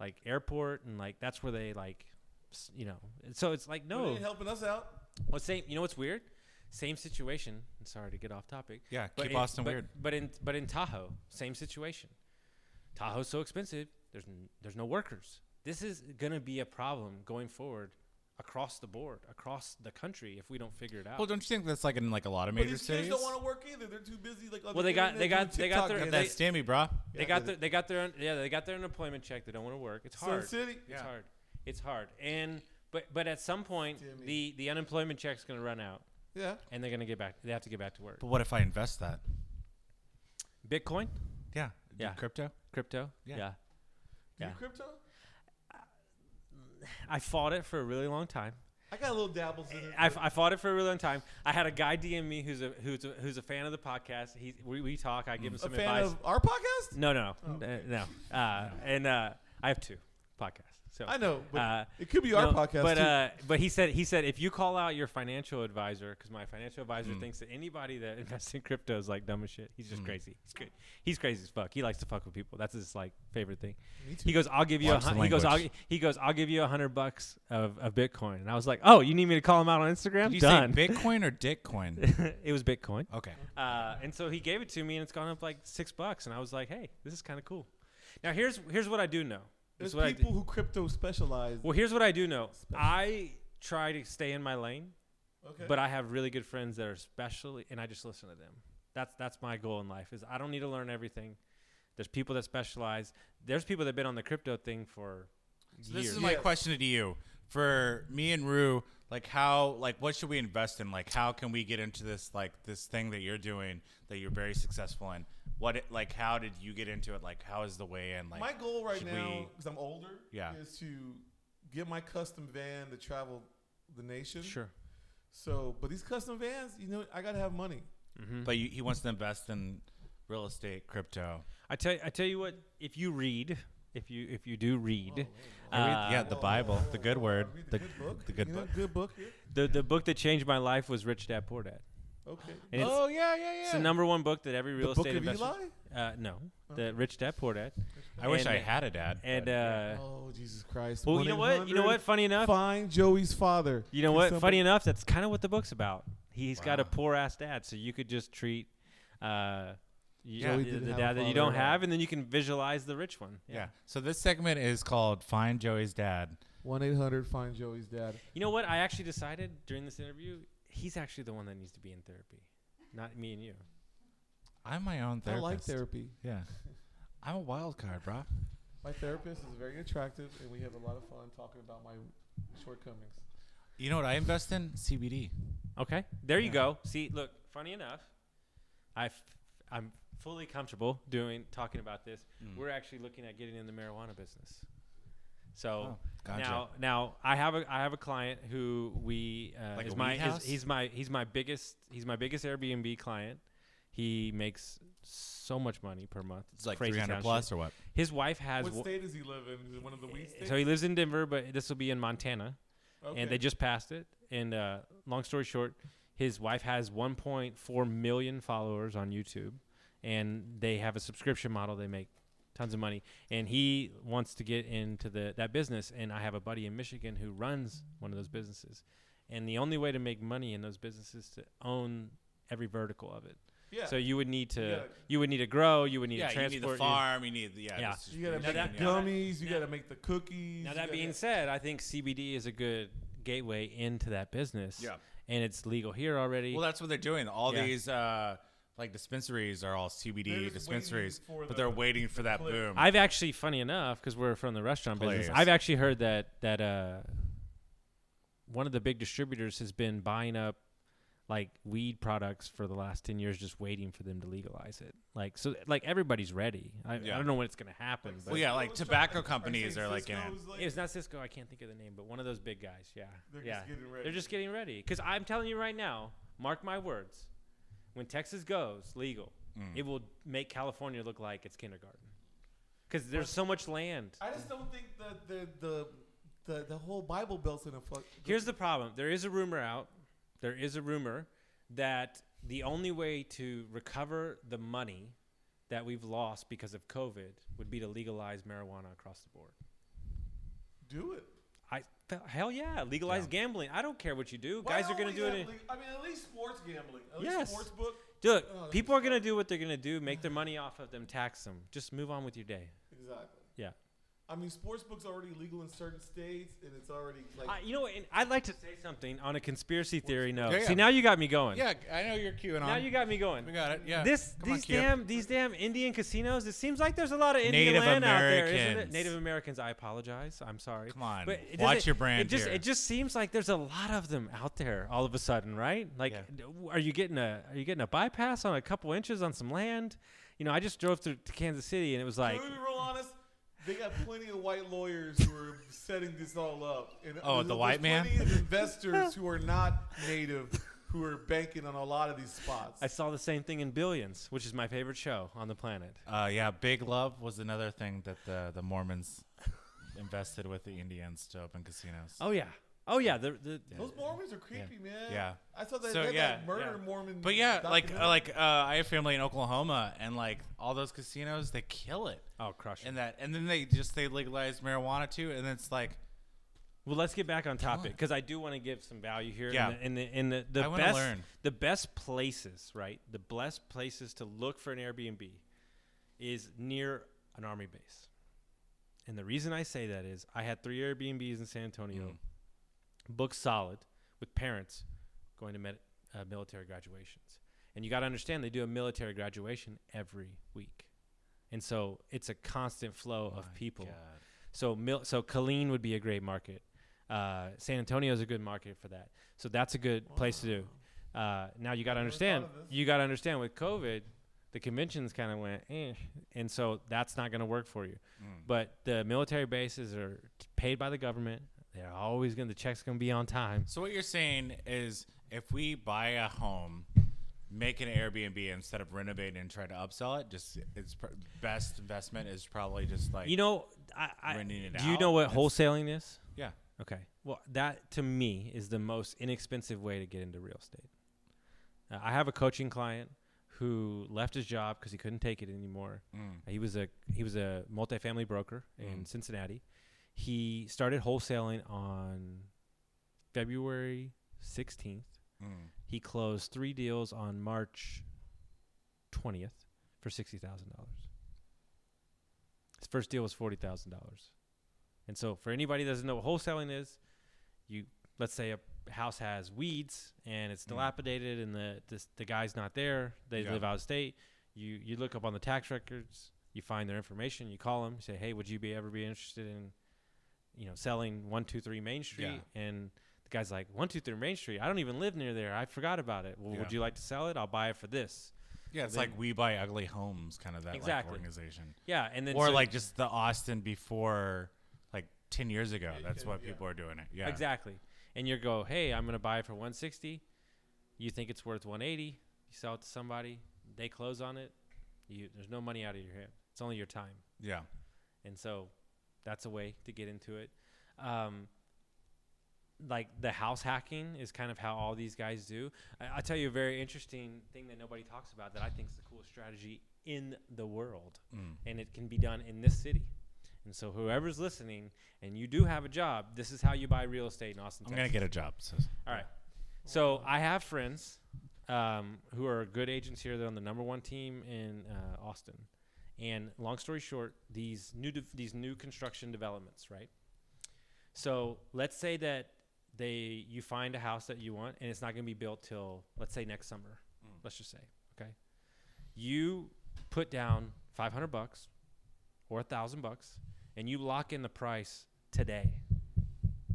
like airport and like that's where they like s- you know. So it's like But they no. ain't helping us out. Well, same. You know what's weird? Same situation. and Sorry to get off topic. yeah, But keep in- Austin but- weird. But in but in Tahoe, same situation. Tahoe's so expensive. There's n- there's no workers. This is gonna be a problem going forward, across the board, across the country if we don't figure it out. Well, don't you think that's like in like a lot of But major these kids cities? don't want to work either. They're too busy. Like on Well, the they got- internet they got- doing they TikTok got Get their- dances. that stimmy, brah. they Yeah, got they- their they got their own, yeah they got their unemployment check. They don't want to work. It's Sun hard. City. Yeah. It's hard. It's hard. And but but at some point Jimmy. the the unemployment check's gonna run out Yeah. and they're gonna get back. They have to get back to work. But what if I invest that? Bitcoin, Yeah. Yeah. Crypto. crypto. Yeah. yeah. Do you Yeah. crypto? I fought it for a really long time. I got a little dabbles in it. I, I fought it for a really long time. I had a guy DM me who's a who's a, who's a fan of the podcast. He we, we talk. I give him Mm. a some fan advice. of Oh, our podcast? no, no, n- no. Uh, and uh, I have two podcasts. So I know, but Uh, it could be our no, podcast But too. Uh, but he said he said if you call out your financial advisor because my financial advisor thinks that anybody that invests in crypto is like dumb as shit. He's just crazy. He's crazy. He's crazy as fuck. He likes to fuck with people. That's his like favorite thing. Me too. He goes, I'll give you a Watch the hun- he goes, I'll, language. he goes, I'll give you a hundred bucks of, of Bitcoin. And I was like, Oh, you need me to call him out on Instagram? Did you Done. say Bitcoin or Dickcoin? it was Bitcoin. okay. Uh, and so he gave it to me, and it's gone up like six bucks. And I was like, hey, this is kind of cool. Now here's here's what I do know. There's This is what I do- people who crypto specialize. Well, here's what I do know. I try to stay in my lane, Okay. but I have really good friends that are special, and I just listen to them. That's that's my goal in life. Is I don't need to learn everything. There's people that specialize. There's people that've been on the crypto thing for So years. this is my Yes. question to you. For me and Rue, like how like what should we invest in? Like how can we get into this like this thing that you're doing that you're very successful in? What it- like how did you get into it? Like how is the way in? Like my goal right should now, we- because I'm older, Yeah. is to get my custom van to travel the nation. sure. So, but these custom vans, you know, I gotta have money. but you, he wants to invest in real estate, crypto. I tell I tell you what. If you read, if you if you do read, I read- uh, yeah, the Bible, the good word, Read the, the, good book. the good You know, book. Good book here. the the book that changed my life was Rich Dad Poor Dad. Okay. And it's, oh yeah, yeah, yeah. it's the number one book that every real the book estate of investor. Eli. Uh, no, the Rich Dad Poor Dad. I wish and- I had a dad. And but- uh, Oh Jesus Christ. well, you know what? You know what? Funny enough, Find Joey's father. You know Can what? somebody- Funny enough, that's kind of what the book's about. He's got a Wow. poor ass dad, so you could just treat uh, you- Joey the- didn't the have a dad that father you at don't all. have, and then you can visualize the rich one. yeah. So this segment is called "Find Joey's Dad." One eight hundred. Find Joey's dad. You know what? I actually decided during this interview, he's actually the one that needs to be in therapy, not me and you. I'm my own therapist. I like therapy. Yeah, I'm a wild card, bro. My therapist is very attractive, and we have a lot of fun talking about my shortcomings. You know what I invest in? CBD. Okay, there you Yeah. go. See, look, funny enough, I f- I'm Mm. fully comfortable doing talking about this. We're actually looking at getting in the marijuana business. Oh, So gotcha. now, now I have a I have a client who we uh, Like is a my weed is, house? he's my he's my biggest he's my biggest Airbnb client. He makes so much money per month. It's like Crazy 300 township. plus or what? His wife has What wo- state does he live in? Is it one of the weed states? eh, so he lives in Denver, but this will be in Montana, okay. and they just passed it. And uh, long story short, his wife has 1.4 million followers on YouTube, and they have a subscription model. They make tons of money, and he wants to get into the that business. And I have a buddy in Michigan who runs one of those businesses, and the only way to make money in those businesses is to own every vertical of it. yeah. So you would need to gotta- you would need to grow. You would need Yeah, to you transport. need the you- farm. You need the yeah. Yeah. this is you gotta pretty make that- the good, yeah. gummies. You gotta make the cookies. Now you that gotta- being said, I think CBD is a good gateway into that business. Yeah. And it's legal here already. Well, that's what they're doing. All Yeah. these uh, like dispensaries are all They're CBD just dispensaries, waiting but for the- they're waiting for that click. boom. I've actually, funny enough, because we're from the restaurant business, Hilarious. I've actually heard that that uh, one of the big distributors has been buying up like weed products for the last ten years, just waiting for them to legalize it. Like so, like everybody's ready. I, Yeah. I don't know when it's gonna happen. but Well, yeah, like Cisco's tobacco trying- companies you are, saying like, in it. Cisco's, like- It was not Cisco. I can't think of the name, but one of those big guys. Yeah, They're yeah. just getting ready. They're just getting ready. Because I'm telling you right now, mark my words, when Texas goes legal, Mm. it will make California look like it's kindergarten. Because there's so much land. I just don't think that the the the, the whole Bible belt's in a fuck. Here's the problem. There is a rumor out. There is a rumor that the only way to recover the money that we've lost because of COVID would be to legalize marijuana across the board. do it. I hell yeah, legalize gambling. I don't care what you do. Why Guys are don't gonna we do it. have in- le- I mean, at least sports gambling. At Yes. least sports book. Look, Oh, that'd people be are gonna do what they're gonna do. Make their money off of them. Tax them. Just move on with your day. Exactly. Yeah. I mean, sports books already legal in certain states, and it's already like. I, you know, what, and I'd like to say something on a conspiracy theory note. Yeah, yeah. See, now you got me going. yeah, I know you're queuing Now on. you got me going. we got it. Yeah. This Come on, these Q. damn these damn Indian casinos. It seems like there's a lot of Indian Native land out there, isn't it? Americans. Native Americans. I apologize. I'm sorry. Come on, But it watch doesn't- your brand It just here. it just seems like there's a lot of them out there all of a sudden, right? Like, Yeah. d- w- are you getting a are you getting a bypass on a couple inches on some land? You know, I just drove through to Kansas City and it was like to be real honest, they got plenty of white lawyers who are setting this all up. And Oh, the there's white man? Plenty of investors who are not native who are banking on a lot of these spots. I saw the same thing in Billions, which is my favorite show on the planet. Uh, yeah, Big Love was another thing that the the Mormons invested with the Indians to open casinos. Oh yeah, oh yeah. The, the Those Mormons are creepy, man. Yeah. I saw that, So, that, yeah, that murder yeah. Mormon. But yeah, like documentary. uh, like uh, I have family in Oklahoma, and like all those casinos, they kill it. oh crush. And that, and then they just they legalized marijuana too, and it's like Well, let's get back on topic on. because I do want to give some value here. Yeah. And the and the, and the, I the wanna best learn. the best places, right? The best places to look for an Airbnb is near an army base. And the reason I say that is I had three Airbnbs in San Antonio, Mm. booked solid with parents going to med- uh, military graduations. And you got to understand they do a military graduation every week. And so it's a constant flow of people. God. So Mil- so Colleen would be a great market. Uh, San Antonio is a good market for that. So that's a good place to do. Uh, now you got to never understand. thought of this. You got to understand with COVID, the conventions kind of went, eh, and so that's not going to work for you. Mm. But the military bases are t- paid by the government. They're always going. to The check's going to be on time. So what you're saying is, if we buy a home, make an Airbnb instead of renovating and try to upsell it, just its pr- best investment is probably just like You know, I, I Renting it do you know out, what that's- wholesaling is? yeah, Okay. Well, that to me is the most inexpensive way to get into real estate. Uh, I have a coaching client who left his job because he couldn't take it anymore. mm, Uh, He was a he was a multifamily broker Mm-hmm. in Cincinnati. He started wholesaling on February 16th. mm. He closed three deals on March 20th for $60,000. His first deal was $40,000. And so for anybody that doesn't know what wholesaling is, you let's say a house has weeds and it's dilapidated and the this, the guy's not there, they Yeah. live out of state. You you look up on the tax records, you find their information, you call them, say, "Hey, would you be ever be interested in you know, selling one two three Main Street, and the guy's like, one two three Main Street. I don't even live near there. I forgot about it. Well, Yeah. would you like to sell it? I'll buy it for this. yeah. It's Then- like we buy ugly homes, kind of that Exactly. like organization, Yeah, and then or so- like just the Austin before like ten years ago. you That's can- what yeah. people are doing it. Yeah, Exactly. And you go, hey, I'm gonna buy it for 160. You think it's worth 180. You sell it to somebody. They close on it. You there's no money out of your hand. It's only your time. Yeah, And so, that's a way to get into it. Um, like the house hacking is kind of how all these guys do. I, I'll tell you a very interesting thing that nobody talks about that I think is the coolest strategy in the world Mm. and it can be done in this city. And so, whoever's listening and you do have a job, this is how you buy real estate in Austin, I'm Texas. gonna get a job. So. All right. So, I have friends um, who are good agents here. They're on the number one team in uh, Austin. And long story short, these new de- these new construction developments, right? So let's say that they you find a house that you want and it's not going to be built till let's say next summer. Let's just say, okay? You put down 500 bucks or a 1000 bucks and you lock in the price today.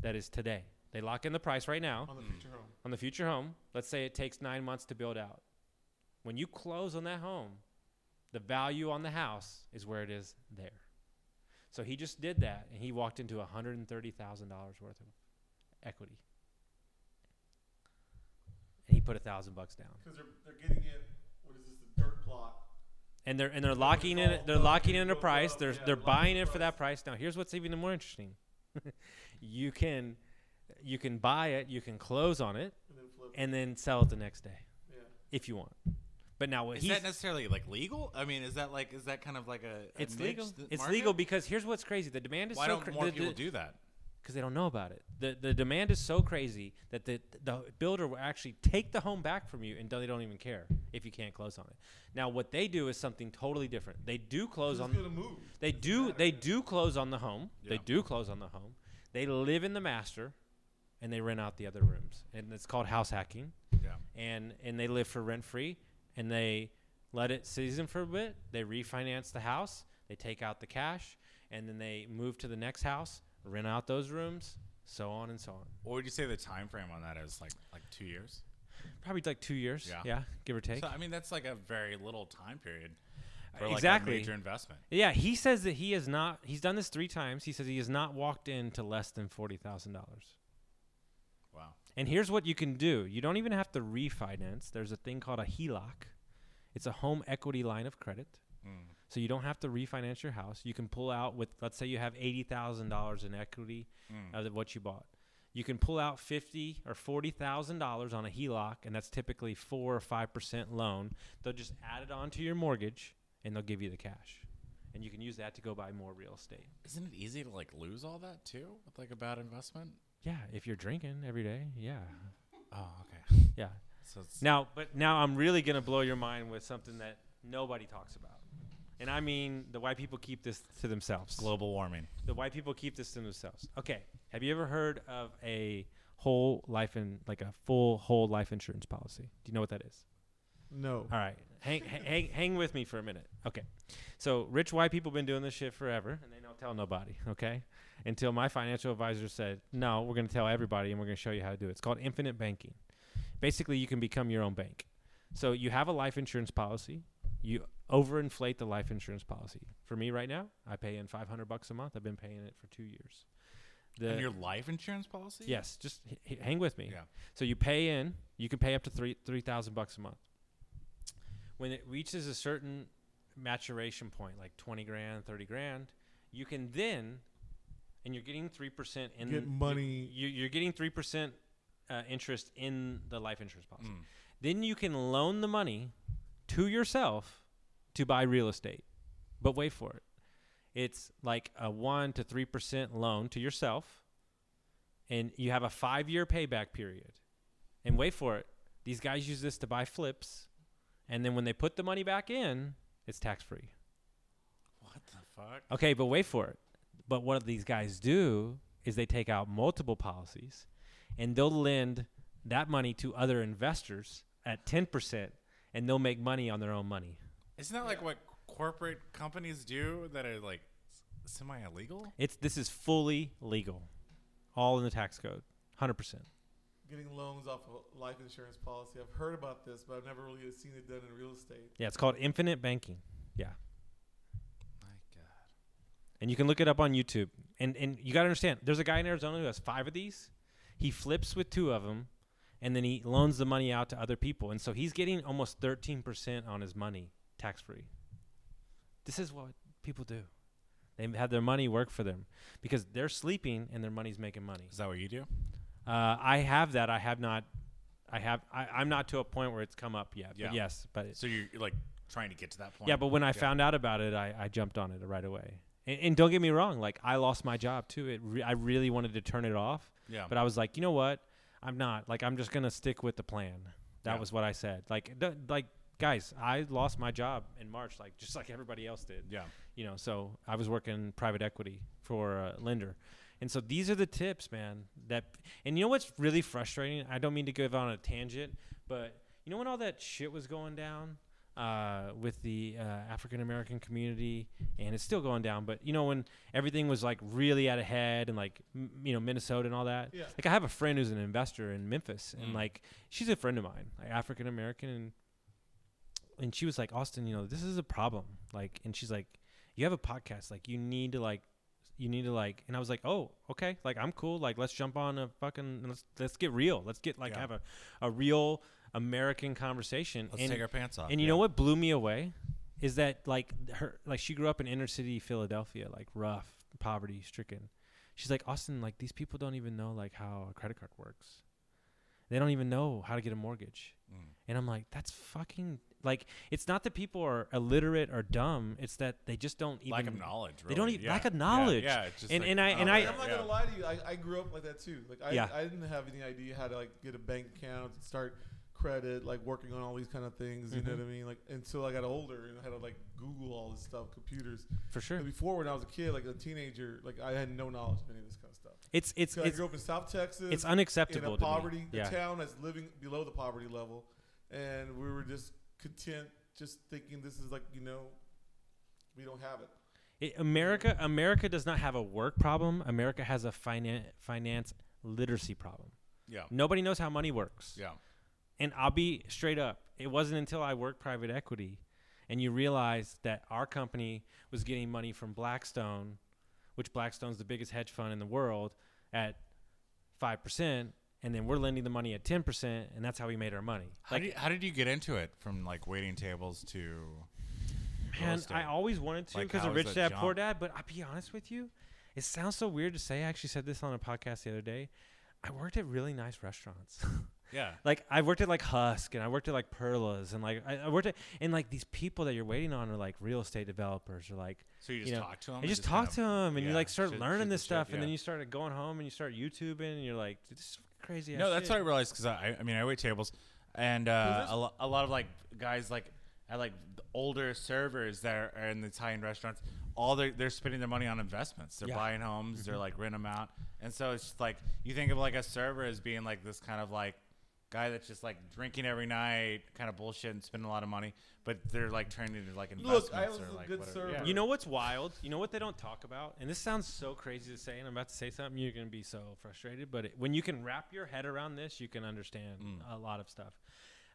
That is today. They lock in the price right uh, now on the future home. on the future home. Let's say it takes 9 months to build out. When you close on that home, the value on the house is where it is there. So he just did that and he walked into $130,000 worth of equity. And he put a thousand bucks down. Because they're, they're getting it, what is this, the dirt plot? And they're and they're what locking it's in all they're about. locking You in a go price. above, They're yeah, they're locking buying the it for that price. Now here's what's even more interesting. you can you can buy it, you can close on it, And then flip it. and then sell it the next day Yeah. if you want. But now what Is he's that necessarily like legal? I mean, is that like is that kind of like a, a it's niche legal. th- It's market? legal because here's what's crazy. The demand is Why so don't cra- more the- people the- do that? because they don't know about it. The the demand is so crazy that the the builder will actually take the home back from you and don't- they don't even care if you can't close on it. Now what they do is something totally different. They do close Who's on going to move? they Doesn't do matter. they do close on the home. They Yeah. do close on the home. They live in the master and they rent out the other rooms. And it's called house hacking. Yeah. And and they live for rent free and they let it season for a bit. They refinance the house. They take out the cash and then they move to the next house, rent out those rooms, so on and so on. What would you say the time frame on that is? Like like two years? Probably like 2 years. Yeah. give or take. So I mean, that's like a very little time period for Exactly. like a major investment. Yeah, he says that he has not. He's done this three times. He says he has not walked into less than forty thousand dollars. Wow. And here's what you can do. You don't even have to refinance. There's a thing called a E HELOC. It's a home equity line of credit. Mm. So you don't have to refinance your house. You can pull out with let's say you have $80,000 in equity Mm. out of what you bought. You can pull out 50 or $40,000 on a E HELOC and that's typically 4 or 5% loan. They'll just add it onto your mortgage and they'll give you the cash. And you can use that to go buy more real estate. Isn't it easy to like lose all that too with like a bad investment? Yeah, if you're drinking every day, yeah. Oh, okay. Yeah. So it's Now, but now I'm really gonna blow your mind with something that nobody talks about, and I mean the white people keep this to themselves. global warming. The white people keep this to themselves. Okay, have you ever heard of a whole life in like a full whole life insurance policy? Do you know what that is? No. All right, hang ha- hang hang with me for a minute. Okay, so rich white people been doing this shit forever, and they don't tell nobody. Okay, until my financial advisor said, "No, we're gonna tell everybody, and we're gonna show you how to do it." It's called infinite banking. Basically, you can become your own bank. So you have a life insurance policy. You overinflate the life insurance policy. For me right now, I pay in 500 bucks a month. I've been paying it for 2 years. The and your life insurance policy? Yes, just h- h- hang with me. Yeah. So you pay in, you can pay up to three three thousand bucks a month. When it reaches a certain maturation point, like twenty grand, thirty grand, you can then, and you're getting three percent in Get money. You, you're getting three percent uh, interest in the life insurance policy. Mm. Then you can loan the money to yourself to buy real estate. But wait for it. It's like a 1 to 3% loan to yourself and you have a 5-year payback period. And wait for it. These guys use this to buy flips and then when they put the money back in, it's tax free. What the fuck? Okay, but wait for it. But what these guys do is they take out multiple policies and they'll lend that money to other investors at 10% and they'll make money on their own money. Isn't that like what corporate companies do that are like semi illegal? It's this is fully legal. All in the tax code. 100%. Getting loans off of life insurance policy. I've heard about this, but I've never really seen it done in real estate. Yeah, it's called infinite banking. My God. And you can look it up on YouTube. And and you got to understand, there's a guy in Arizona who has five of these. He flips with two of them, and then he loans the money out to other people. And so he's getting almost 13% on his money tax free. This is what people do. They have their money work for them because they're sleeping and their money's making money. Is that what you do? Uh, I have that. I have not. I have. I, I'm not to a point where it's come up yet. Yeah. But yes, but So you're you're, like trying to get to that point. yeah, but when I found out about it, I, I jumped on it right away. And, and don't get me wrong, like I lost my job too. It re- I really wanted to turn it off, yeah, but I was like, you know what? I'm not. Like I'm just gonna stick with the plan. That Yeah. was what I said. Like th- like guys, I lost my job in March, like just like everybody else did yeah, you know so i was working private equity for a lender and so these are the tips man that and you know what's really frustrating i don't mean to go on a tangent but you know when all that shit was going down uh, with the uh, african american community and it's still going down but you know when everything was like really at a head and like m- you know minnesota and all that Yeah. like i have a friend who's an investor in memphis and Mm. like she's a friend of mine like african american and and she was like austin you know this is a problem like and she's like you have a podcast like you need to like you need to like and i was like oh okay like i'm cool like let's jump on a fucking let's let's get real let's get like Yeah. have a, a real american conversation Let's and, take our pants off. and you yeah. know what blew me away is that like her like she grew up in inner city philadelphia like rough poverty stricken she's like austin like these people don't even know like how a credit card works they don't even know how to get a mortgage Mm. and i'm like that's fucking like it's not that people are illiterate or dumb it's that they just don't even lack of knowledge. Really. they don't e- yeah. lack of Yeah, knowledge. Yeah, it's just And- like, and I- oh, and I- yeah, I'm not yeah. gonna lie to you. I, I grew up like that too. Like I, Yeah. I didn't have any idea how to like get a bank account, start credit, like working on all these kind of things. You know Mhm. what I mean? Like until I got older and I had to like Google all this stuff, computers. for sure But Before when I was a kid, like a teenager, like I had no knowledge of any of this kind of stuff. it's it's 'Cause I it's, grew up in South Texas. it's in unacceptable a to me. poverty yeah. a town that's living below the poverty level, and we were just content, just thinking this is like you know, we don't have it. It, America America does not have a work problem. America has a finance finance literacy problem. yeah, Nobody knows how money works. yeah, And I'll be straight up. It wasn't until I worked private equity and you realize that our company was getting money from Blackstone, which Blackstone's the biggest hedge fund in the world at 5% and then we're lending the money at 10% and that's how we made our money. How, did, how did you get into it from like waiting tables to? real Man, estate? I always wanted to Like, because how of is Rich that Dad jump? Poor Dad. But I'll be honest with you, it sounds so weird to say. I actually said this on a podcast the other day. I worked at really nice restaurants. yeah, like I worked at like Husk and I worked at like Perlas and like I, I worked at and like these people that you're waiting on are like real estate developers or like so you you just know, talk to them. I and just kind talked of- to them and you yeah, like start shoot- shoot learning the this shit, stuff and then yeah. you start going home and you start YouTubing and you're like this is crazy. No, ass that's shit. what I realized because I, I mean, I wait tables, and uh, there's- a, lo- a lot of like guys like at like the older servers that are, are in the Italian restaurants, all they're they're spending their money on investments. They're Yeah. Mm-hmm. buying homes. They're like rent them out, and so it's just like you think of like a server as being like this kind of like guy that's just like drinking every night, kind of bullshit and spending a lot of money, but they're like turning into like investments Look, I was or a like good whatever. server. Yeah. You know what's wild? You know what they don't talk about? And this sounds so crazy to say, and I'm about to say something, you're going to be so frustrated. But it, when you can wrap your head around this, you can understand a lot of stuff.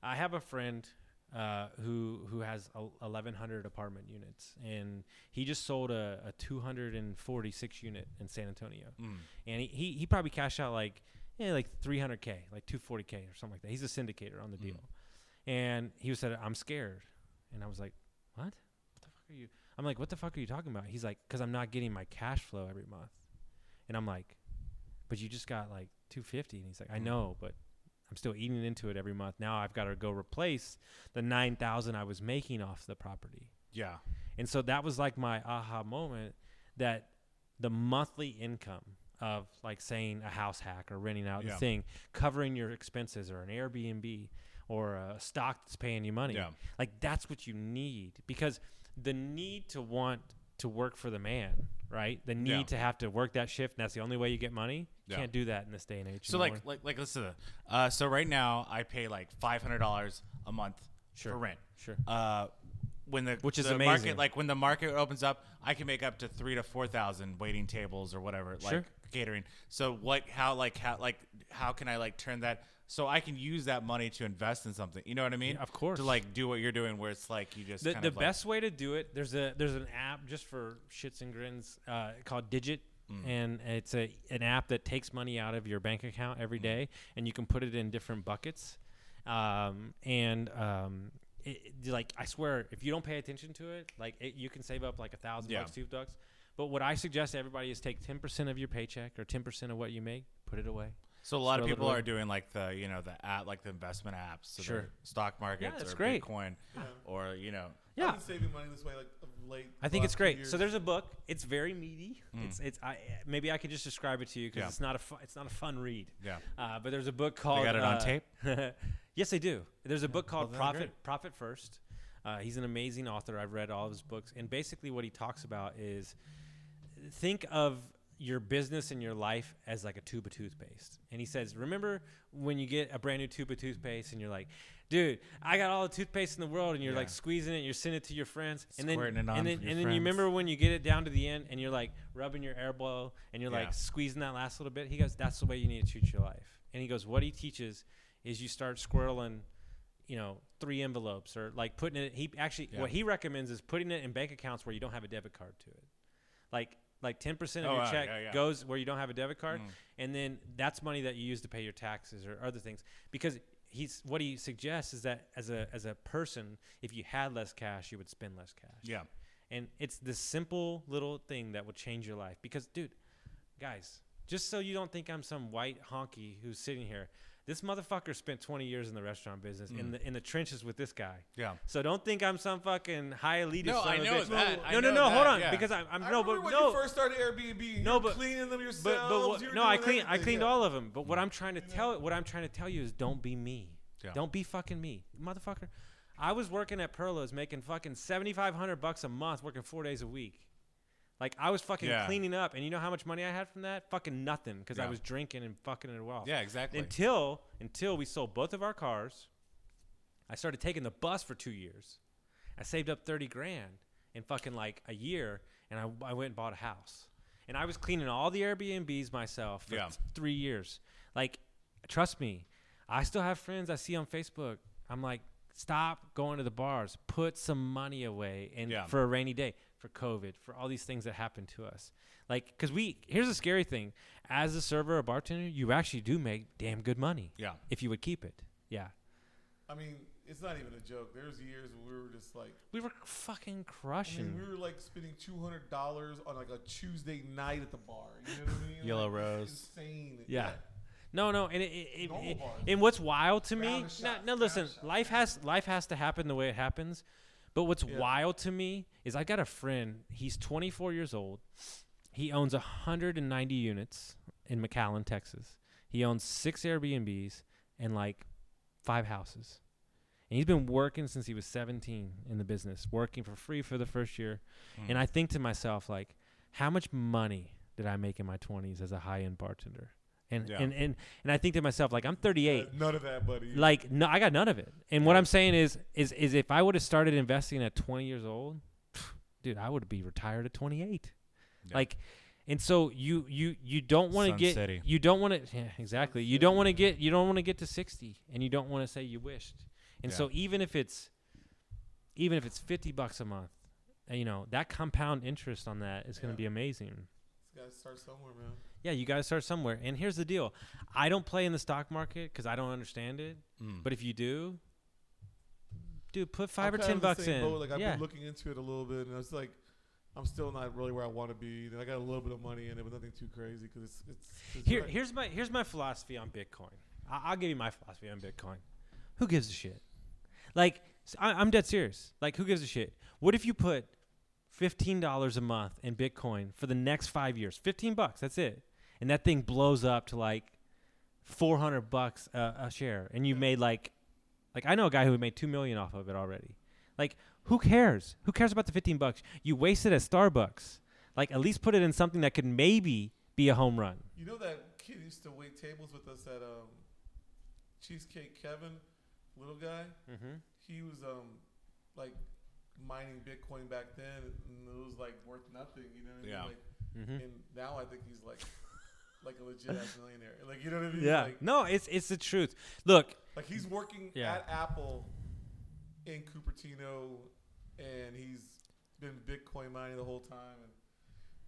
I have a friend uh, who who has el- 1,100 apartment units, and he just sold a, a 246 unit in San Antonio. Mm, And he, he, he probably cashed out like, yeah, like 300K, like 240K or something like that. He's a syndicator on the deal. And he said, I'm scared. And I was like, what? What the fuck are you? I'm like, what the fuck are you talking about? He's like, because I'm not getting my cash flow every month. And I'm like, but you just got like 250. And he's like, I know, but I'm still eating into it every month. Now I've got to go replace the 9,000 I was making off the property. yeah, And so that was like my aha moment that the monthly income of like saying a house hack or renting out Yeah. a thing, covering your expenses or an Airbnb or a stock that's paying you money. Yeah. Like that's what you need because the need to want to work for the man, right? The need Yeah. to have to work that shift and that's the only way you get money. Yeah. Can't do that in this day and age. So anymore. like like like listen to that. Uh, so right now I pay like five hundred dollars a month Sure. for rent. Sure. Uh, when the Which is the amazing. market like when the market opens up, I can make up to three to four thousand waiting tables or whatever like Sure. catering. So what how like how like how can I like turn that so I can use that money to invest in something. You know what I mean? Yeah, of course. To like do what you're doing where it's like you just the, kind the of like- best way to do it there's a there's an app just for shits and grins uh, called digit Mm. and it's a an app that takes money out of your bank account Mm. every day, and you can put it in different buckets. Um, and um, it, it- like I swear, if you don't pay attention to it, like it, you can save up like a thousand Yeah. bucks, two bucks. But what I suggest to everybody is take ten percent of your paycheck or ten percent of what you make, put it away. So a lot of Scroll it people away. are doing like the you know the app like the investment apps, so Sure. the stock markets that's or great. Bitcoin or you know Yeah. I've been saving money this way like of late. I the think last it's few great. years. Mm. So there's a book. It's very meaty. It's it's I maybe I could just describe it to you because Yeah. it's not a fu- it's not a fun read. Yeah. Uh, but there's a book called. got it on Oh, uh, yes, they do. There's a book called then Profit great. Profit First. Uh, he's an amazing author. I've read all of his books, and basically what he talks about is think of your business and your life as like a tube of toothpaste. And he says, remember when you get a brand new tube of toothpaste and you're like, dude, I got all the toothpaste in the world and you're like Yeah. squeezing it and you're sending it to your friends. And Squirting it then, on and then, for your and then you friends. remember when you get it down to the end and you're like rubbing your elbow and you're Yeah. like squeezing that last little bit. He goes, that's the way you need to treat your life. And he goes, what he teaches is you start squirreling, you know, three envelopes or like putting it. He actually, Yeah. what he recommends is putting it in bank accounts where you don't have a debit card to it. Like, like 10% of Oh, your wow, check yeah, yeah. goes where you don't have a debit card. Mm. And then that's money that you use to pay your taxes or other things. Because he's, what he suggests is that as a, as a person, if you had less cash, you would spend less cash. yeah And it's this simple little thing that will change your life. Because, dude, guys, just so you don't think I'm some white honky who's sitting here, this motherfucker spent 20 years in the restaurant business Mm. in the in the trenches with this guy. yeah. So don't think I'm some fucking high elitist. No, son I of a know bitch. that. No, I no, know no, hold that, on, yeah. because I'm, I'm I no, remember but when no, you first started Airbnb. No, you were but- cleaning them yourselves. but, but what, you were no, I doing clean I everything, cleaned yeah. all of them. But what I'm trying to tell what I'm trying to tell you is don't be me. Mm-hmm. Yeah. Don't be fucking me, motherfucker. I was working at Perlo's making fucking 7,500 bucks a month, working four days a week. Like I was fucking Yeah. cleaning up, and you know how much money I had from that? Fucking nothing, because I Yeah. was drinking and fucking it off. Yeah, exactly. Until until we sold both of our cars, I started taking the bus for two years. I saved up thirty grand in fucking like a year, and I, I went and bought a house. And I was cleaning all the Airbnbs myself for Yeah. th- three years. Like, trust me, I still have friends I see on Facebook. I'm like, stop going to the bars. Put some money away and Yeah. for a rainy day, for COVID, for all these things that happened to us. Like, because we, here's the scary thing as a server or bartender, you actually do make damn good money. Yeah. If you would keep it. Yeah. I mean, it's not even a joke. There's years where we were just like, We were fucking I crushing. mean, we were like spending two hundred dollars on like a Tuesday night at the bar. You know what I mean? Yellow Like, Rose. Insane. Yeah. No, no, and it, it, it, Normal it- bars. and what's wild to me? Round No, of shots, no, round listen, of shots. life has life has to happen the way it happens. But what's Yeah. wild to me is I got a friend. He's 24 years old. He owns 190 units in McAllen, Texas. He owns six Airbnbs and like five houses. And he's been working since he was 17 in the business, working for free for the first year. Hmm. And I think to myself, like, how much money did I make in my 20s as a high end bartender? And, Yeah. and and and I think to myself, like, I'm 38. None of that, buddy. Like, no, I got none of it. And what I'm saying is, is, is if I would have started investing at 20 years old, dude, I would be retired at 28. Yeah. Like, and so you you you don't want to Sun get City. you don't want to yeah, exactly you don't want to get you don't want to get to 60 and you don't want to say you wished. And Yeah. so even if it's even if it's 50 bucks a month, uh, you know that compound interest on that is going Yeah. to be amazing. It's gotta start somewhere, man. Yeah, you got to start somewhere. And here's the deal I don't play in the stock market because I don't understand it. Mm. But if you do, dude, put five I'm or kind ten of the bucks same in. boat. Like I've yeah. been looking into it a little bit, and it's like I'm still not really where I want to be. Then I got a little bit of money in it, but nothing too crazy because it's it's. 'cause Here, you're- here's my here's my philosophy on Bitcoin. I, I'll give you my philosophy on Bitcoin. Who gives a shit? Like s- I, am dead serious. Like who gives a shit? What if you put fifteen dollars a month in Bitcoin for the next five years? Fifteen bucks. That's it. And that thing blows up to like four hundred bucks a, a share, and you made like like I know a guy who made two million off of it already. Like who cares? Who cares about the fifteen bucks? You waste it at Starbucks. Like at least put it in something that could maybe be a home run. You know that kid used to wait tables with us at um, Cheesecake Kevin, little guy. Mm-hmm. He was um, like mining Bitcoin back then, and it was like worth nothing. You know what I mean? Yeah. Like, Mm-hmm. And now I think he's like, like a legit ass millionaire. Like you know what I mean? Yeah. Like, no, it's it's the truth. Look, like he's working Yeah. at Apple in Cupertino, and he's been Bitcoin mining the whole time, and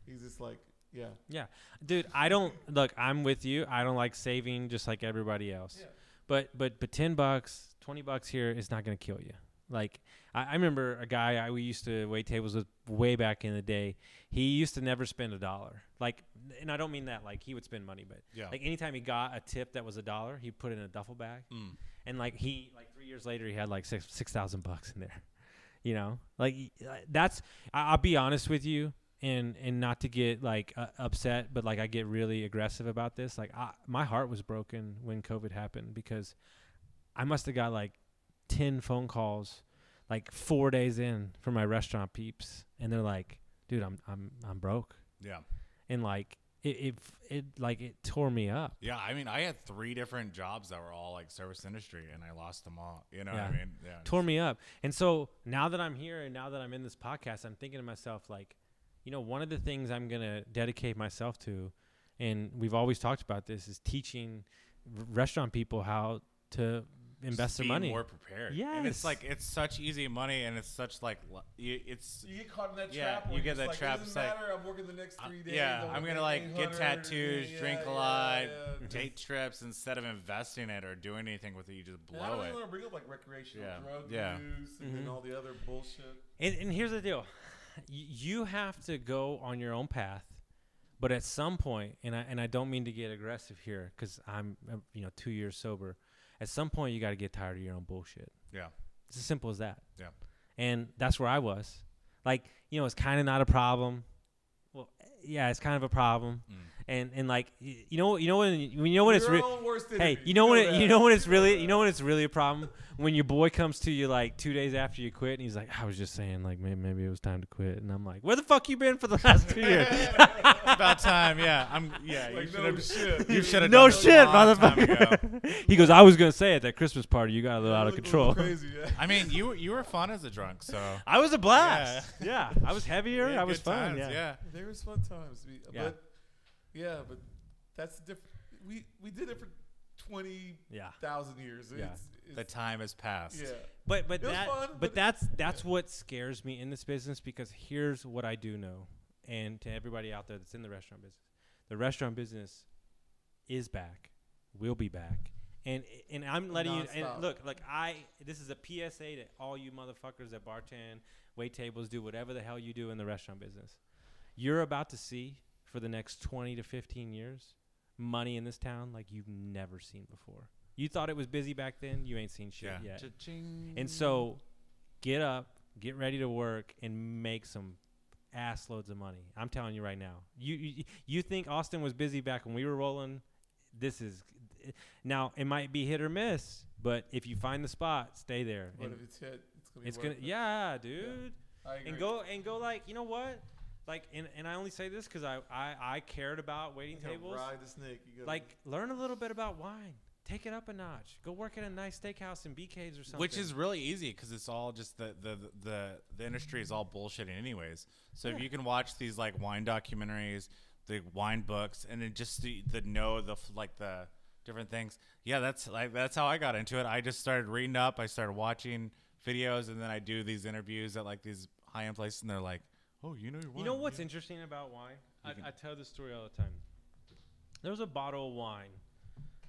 he's just like, Yeah. Yeah, dude. I don't look. I'm with you. I don't like saving, just like everybody else. Yeah. But but but ten bucks, twenty bucks here is not gonna kill you. Like I, I remember a guy I we used to wait tables with way back in the day. He used to never spend a dollar. Like, and I don't mean that like he would spend money, but Yeah. like anytime he got a tip that was a dollar, he put it in a duffel bag. Mm. And like he like three years later, he had like six six thousand bucks in there. You know, like y- uh, that's. I, I'll be honest with you, and and not to get like uh, upset, but like I get really aggressive about this. Like I, my heart was broken when COVID happened because I must have got like ten phone calls, like four days in from my restaurant peeps, and they're like, "Dude, I'm I'm I'm broke," Yeah. and like it it, it like it tore me up. Yeah, I mean, I had three different jobs that were all like service industry, and I lost them all. You know what I Yeah. mean? Yeah. tore me up. And so now that I'm here and now that I'm in this podcast, I'm thinking to myself, like, you know, one of the things I'm going to dedicate myself to, and we've always talked about this, is teaching r- restaurant people how to invest Just their be money. More prepared. And it's Yes. like it's such easy money, and it's such like lu- you- it's. You get caught in that Yeah, trap. where you get you're that just trap, Like, it it's doesn't like, matter. I'm working the next uh, three days. Yeah, I'm, I'm gonna like get tattoos, drink a lot, take trips instead of investing it or doing anything with it. You just I blow don't it. even want to bring up like recreational Yeah. drug Yeah. use and Mm-hmm. then all the other bullshit. And, and here's the deal Y- you have to go on your own path. But at some point, and I, and I don't mean to get aggressive here because I'm, uh, you know, two years sober. At some point, you got to get tired of your own bullshit. Yeah, It's as simple as that. Yeah. And that's where I was. Like, you know, it's kind of not a problem. Well, yeah, it's kind of a problem. Mm. And and like, y- you know, you know when you know when it's Your re- own worst hey, enemy. you know when it, that. you know when it's really that. you know when it's really a problem when your boy comes to you like two days after you quit and he's like, I was just saying like maybe, maybe it was time to quit and I'm like, where the fuck you been for the last two years? about time. Yeah, I'm. Yeah, you Like, should no have. shit. You should have. No done this a shit, long time motherfucker. ago. he goes, I was gonna say at that Christmas party you got a little out of Look, look, control. Crazy, yeah. I mean, you were- you were fun as a drunk, so. I was a blast. Yeah, I was heavier. Yeah, I was good fun. times, yeah. There was fun times. We, Yeah. But yeah, but that's the different. We we did it for twenty Yeah. thousand years. Yeah. It's, it's, The time has passed. yeah. But but It was that fun, but, but it- that's that's what scares me in this business because here's what I do know, and to everybody out there that's in the restaurant business, the restaurant business is back, will be back, and and I'm letting you Nonstop. and look like I this is a PSA to all you motherfuckers that bartend, wait tables, do whatever the hell you do in the restaurant business. You're about to see for the next 20 to 15 years money in this town like you've never seen before. You thought it was busy back then, you ain't seen shit Yeah. yet. Cha-ching. And so get up, get ready to work, and make some ass loads of money. I'm telling you right now. You you, you think Austin was busy back when we were rolling? This is now it might be hit or miss, but if you find the spot, stay there. But And if it's hit, it's gonna be. it's worth gonna it. yeah, dude I agree. and go and go like you know what like and, and i only say this because I, I i cared about waiting You gotta tables Ride the snake. You gotta- like learn a little bit about wine take it up a notch go work at a nice steakhouse in bk's or something Which is really easy because it's all just the the, the the industry is all bullshitting anyways. So if you can watch these like wine documentaries, the wine books, and then just the, the know the f- like the different things. Yeah, that's like that's how I got into it. I just started reading up. I started watching videos, and then I do these interviews at like these high end places, and they're like, "Oh, you know your wine." you know what's yeah." interesting about wine I, I tell this story all the time there was a bottle of wine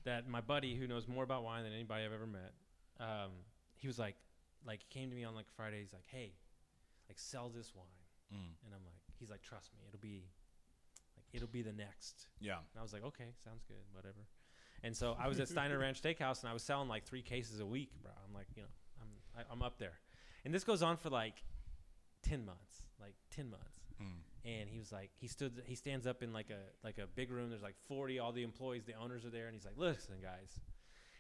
that my buddy who knows more about wine than anybody i've ever met um, he was like like he came to me on like friday he's like hey like sell this wine Mm. and i'm like he's like trust me it'll be like it'll be the next yeah, And I was like, okay, sounds good, whatever. And so I was at Steiner Ranch Steakhouse and I was selling like three cases a week, bro. I'm like, you know, I'm I, I'm up there, and this goes on for like ten months, like ten months. Mm. And he was like, he stood, he stands up in like a like a big room. There's like 40, all the employees, the owners are there, and he's like, listen, guys.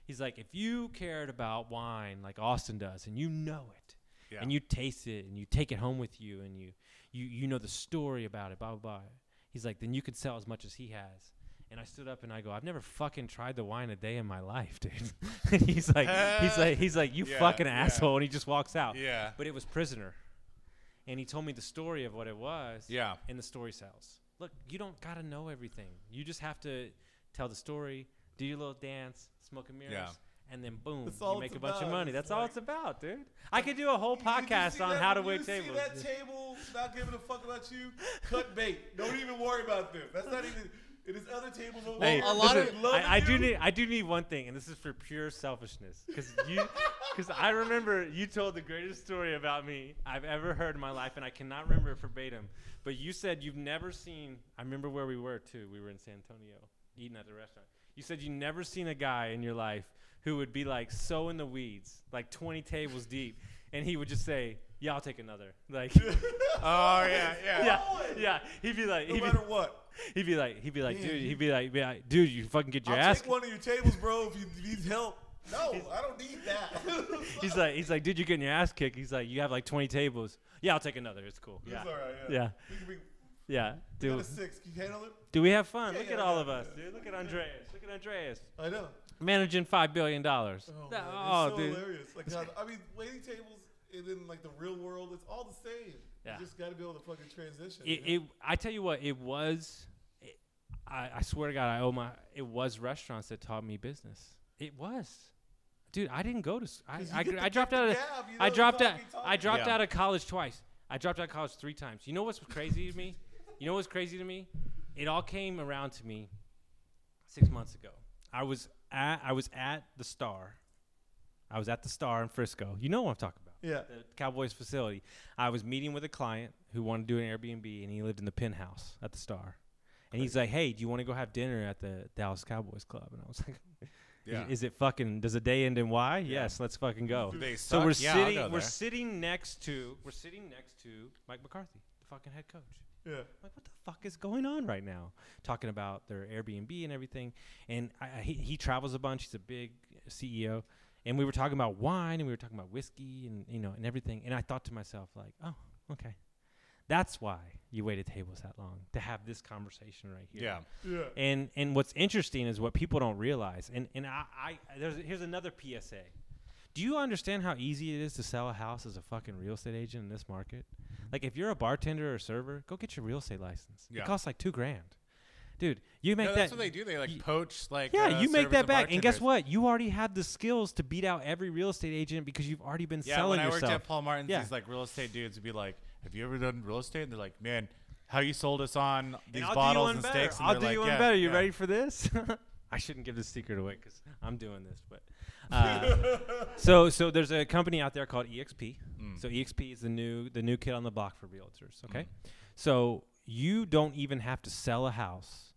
He's like, if you cared about wine like Austin does, and you know it, yeah. and you taste it and you take it home with you and you you you know the story about it blah blah blah he's like then you could sell as much as he has and i stood up and i go i've never fucking tried the wine a day in my life dude and he's like he's like he's like you Yeah, fucking yeah. asshole and he just walks out yeah, but it was prisoner and he told me the story of what it was yeah, and the story sells look you don't gotta know everything you just have to tell the story do your little dance smoke and mirrors and then boom, That's all you make it's a bunch of about. money. It's That's all like- it's about, dude. I could do a whole Did you podcast see on that- how to did wait you tables. See that table not giving a fuck about you? Cut bait. Don't even worry about them. That's not even. It is other tables over. Hey, there. a lot of- Loving I, I do you. need I do need one thing, and this is for pure selfishness, because you, because I remember you told the greatest story about me I've ever heard in my life, and I cannot remember it verbatim. But you said you've never seen. I remember where we were too. We were in San Antonio eating at the restaurant. You said you never seen a guy in your life who would be like so in the weeds, like 20 tables deep, and he would just say, "Yeah, I'll take another." Like, Oh yeah, yeah. yeah, yeah. He'd be like, No he'd be, matter what, he'd be like, he'd be like, Man, dude, you- he'd be like, be like, dude, you fucking get your I'll ass. take one of your tables, bro. If you need help. No, I don't need that. He's like, he's like, dude, you're getting your ass kicked. He's like, you have like 20 tables. Yeah, I'll take another. It's cool. It's Yeah, all right. Yeah. Yeah. We can be- yeah. we got Do, a six. Can you handle it? do we have fun? Yeah, Look yeah, at all yeah, of us, yeah. dude. Look at Andreas. Look at Andreas I know. managing five billion dollars. Oh, No, man, oh, it's so dude. hilarious. Like, God, I mean, waiting tables and then like the real world, it's all the same. Yeah. You just got to be able to fucking transition. It, you it, I tell you what, it was. It, I, I swear to God, I owe my. It was restaurants that taught me business. It was, dude. I didn't go to. s- I, Because you I, get to I dropped pick out the of. gab, you know, I it's dropped all out. we talk I dropped Yeah. out of college twice. I dropped out of college three times. You know what's crazy to me? You know what's crazy to me? It all came around to me six months ago. I was at. I was at the Star. I was at the Star in Frisco. You know what I'm talking about know? yeah. the Cowboys facility. I was meeting with a client who wanted to do an Airbnb, and he lived in the penthouse at the Star. And he's like, "Hey, do you want to go have dinner at the Dallas Cowboys Club?" And I was like, Yeah. is, is it fucking? Does the day end in Y? Yes, let's fucking go." Do they So suck? we're Yeah, I'll sitting, go we're there. sitting next to, we're sitting next to Mike McCarthy, the fucking head coach. Yeah. I'm like, what the fuck is going on right now? Talking about their Airbnb and everything. And I, I- he, he travels a bunch. He's a big CEO. And we were talking about wine and we were talking about whiskey and, you know, and everything. And I thought to myself, like, oh, okay. That's why you waited tables that long to have this conversation right here. yeah. Yeah. And and what's interesting is what people don't realize. And and I, I there's here's another PSA. Do you understand how easy it is to sell a house as a fucking real estate agent in this market? Like if you're a bartender or server, go get your real estate license. Yeah. It costs like two grand. Dude, you make No, that that's what they do. They like you- poach like Yeah, uh, you make servers that back. And guess bartenders. what? You already have the skills to beat out every real estate agent because you've already been Yeah, selling when I yourself. worked at Paul Martin's, Yeah. these like real estate dudes would be like, "Have you ever done real estate?" And they're like, "Man, how you sold us on these I'll do you bottles one and better. steaks?" And I'll they're do you like, one "Yeah, better. You yeah." ready for this? I shouldn't give this secret away because I'm doing this, but uh, so so there's a company out there called EXP. Mm. So EXP is the new the new kid on the block for realtors. Okay, so you don't even have to sell a house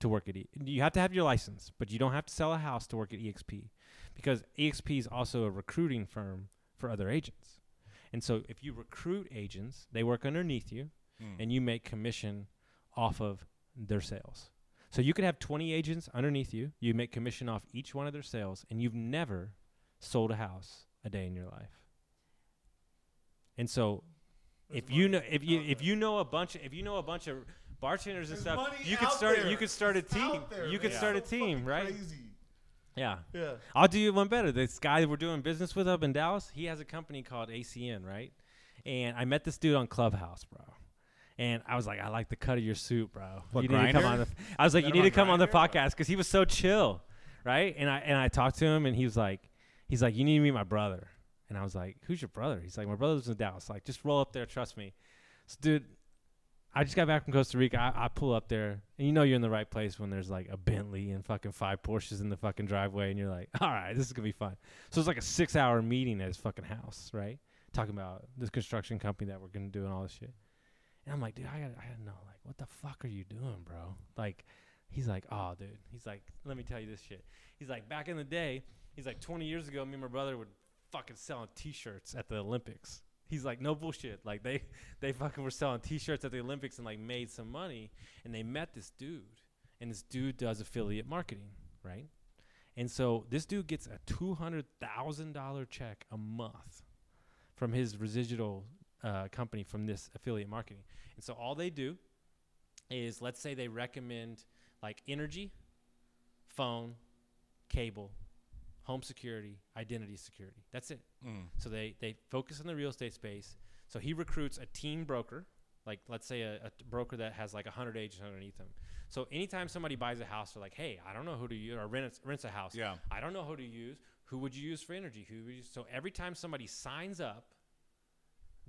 to work at. E- you have to have your license, but you don't have to sell a house to work at EXP because EXP is also a recruiting firm for other agents. And so if you recruit agents, they work underneath you Hmm. and you make commission off of their sales. So you could have 20 agents underneath you, you make commission off each one of their sales, and you've never sold a house a day in your life. And so if you know if you out if there. you know a bunch of, if you know a bunch of bartenders and There's stuff, money you could out start there. you could start a It's team. out there, you could man. start a It's so team, fucking right? Crazy. Yeah. Yeah. I'll do you one better. This guy that we're doing business with up in Dallas, he has a company called ACN, right? And I met this dude on Clubhouse, bro. And I was like, I like the cut of your suit, bro. What, you need to come Grindr? on the. I was like, Met you him need to on come on the Grindr? podcast because he was so chill, right? And I and I talked to him, and he was like, he's like, you need to meet my brother. And I was like, who's your brother? He's like, my brother's in Dallas. Like, just roll up there, trust me. So, dude, I just got back from Costa Rica. I, I pull up there, and you know you're in the right place when there's like a Bentley and fucking five Porsches in the fucking driveway, and you're like, all right, this is gonna be fun. So it's like a six hour meeting at his fucking house, right? Talking about this construction company that we're gonna do and all this shit. And I'm like, dude, I gotta, I gotta know, like, what the fuck are you doing, bro? Like, he's like, oh, dude. He's like, let me tell you this shit. He's like, back in the day, he's like, 20 years ago, me and my brother would fucking selling t-shirts at the Olympics. He's like, no bullshit. Like they, they fucking were selling t-shirts at the Olympics and like made some money. And they met this dude, and this dude does affiliate marketing, right? And so this dude gets a two hundred thousand dollar check a month from his residual uh, company from this affiliate marketing. And so all they do is, let's say they recommend like energy, phone, cable, home security, identity security. That's it. Mm. So they they focus on the real estate space. So he recruits a team broker, like let's say a, a t- broker that has like 100 agents underneath him. So anytime somebody buys a house, they're like, hey, I don't know who to use or rents rents a house. Yeah. I don't know who to use. Who would you use for energy? Who would you, so every time somebody signs up,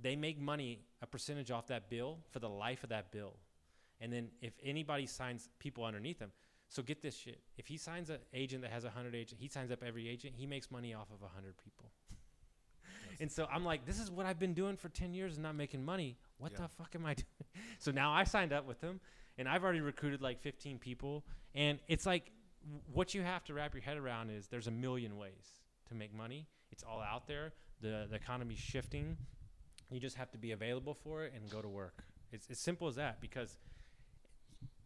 they make money a percentage off that bill for the life of that bill, and then if anybody signs people underneath them, so get this shit. If he signs an agent that has hundred agent, he signs up every agent. He makes money off of hundred people. And so I'm like, this is what I've been doing for 10 years and not making money. What Yeah. the fuck am I doing? So now I signed up with them and I've already recruited like 15 people. And it's like w- what you have to wrap your head around is there's a million ways to make money. It's all out there. The, the economy's shifting. You just have to be available for it and go to work. It's as simple as that because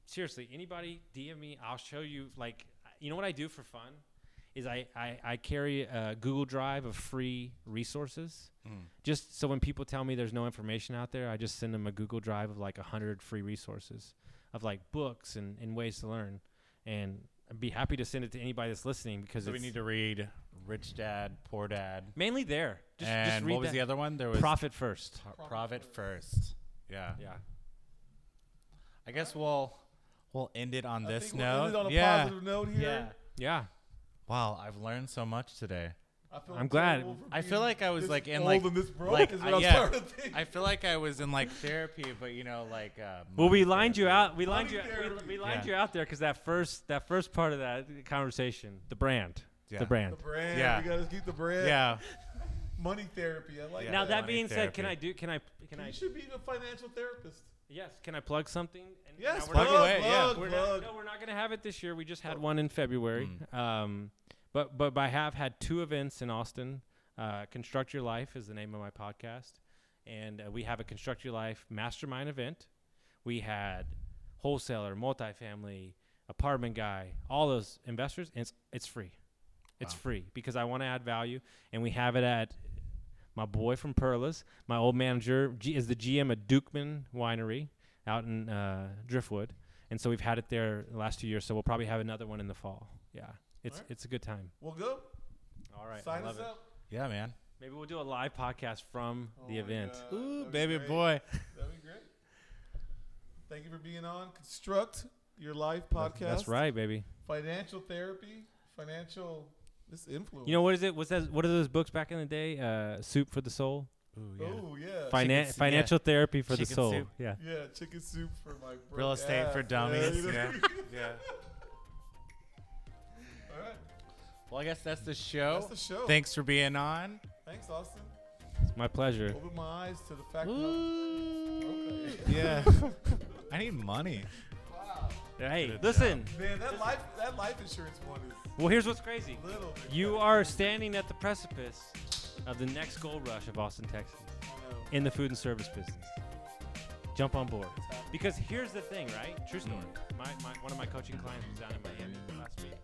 seriously, anybody DM me, I'll show you. Like, you know what I do for fun is I I, I carry a Google Drive of free resources. Mm. Just so when people tell me there's no information out there, I just send them a Google Drive of like hundred free resources of like books and, and ways to learn. And I'd be happy to send it to anybody that's listening because So we it's need to read Rich Dad, Poor Dad. mainly there. Just, and just read what was the that. other one? There was profit first. Pro- Profit First. Yeah. Yeah. I guess we'll we'll end it on I this think we'll note. end it on a yeah. positive note here. Yeah. Yeah. Wow, I've learned so much today. I feel I'm glad. terrible for I feel being like I was, this like, in, old like- and this broke like, is I- what I'm yeah. starting to think. I feel like I was in like therapy, but you know, like uh, Well, we money lined you therapy. out. We lined Money you. therapy. We, we lined Yeah. you out there because that first that first part of that conversation, the brand, Yeah. the brand. the brand. Yeah. We gotta keep the brand. Yeah. Money therapy. I like Yeah. Now that. that Money being said, can therapy. I do? Can I? Can I? you should be a financial therapist. Yes. Can I plug something? And Yes, now we're plug not, away, yeah. plug, We're plug. not, no, we're not going to have it this year. We just had one in February. Um, but but I have had two events in Austin. Uh, Construct Your Life is the name of my podcast, and uh, we have a Construct Your Life Mastermind event. We had wholesaler, multifamily, apartment guy, all those investors, and it's it's free. It's Wow. free because I want to add value, and we have it at my boy from Perlas. My old manager G- is the GM at Dukeman Winery out in uh, Driftwood, and so we've had it there the last two years. So we'll probably have another one in the fall. Yeah, it's Alright. it's a good time. Well, go. All right, Sign us up. Yeah, man. Maybe we'll do a live podcast from Oh the my event. God, Ooh, that'd be baby great. boy. That'd be great. Thank you for being on Construct Your Life That's- podcast. That's right, baby. Financial therapy, financial this influence. You know what is it? What's that? What are those books back in the day? Uh, soup for the soul. Ooh, yeah. Oh yeah. soup, Finan- yeah. financial therapy for the Chicken soul. soup. Yeah. yeah, chicken soup for my broke Real estate ass. for Yeah, dummies. you know? Yeah. yeah. All right. Well, I guess that's the show. That's the show. Thanks for being on. Thanks, Austin. It's my pleasure. Open my eyes to the fact that Ooh. Okay. Yeah. I need money. wow. Hey, Good listen. Man, that life that life insurance one is Well, here's what's crazy. little bit You better. are standing at the precipice of the next gold rush of Austin, Texas, I know. in the food and service business. Jump on board. Because here's the thing, right? True story. My, my, one of my coaching clients was down in Miami last week. uh,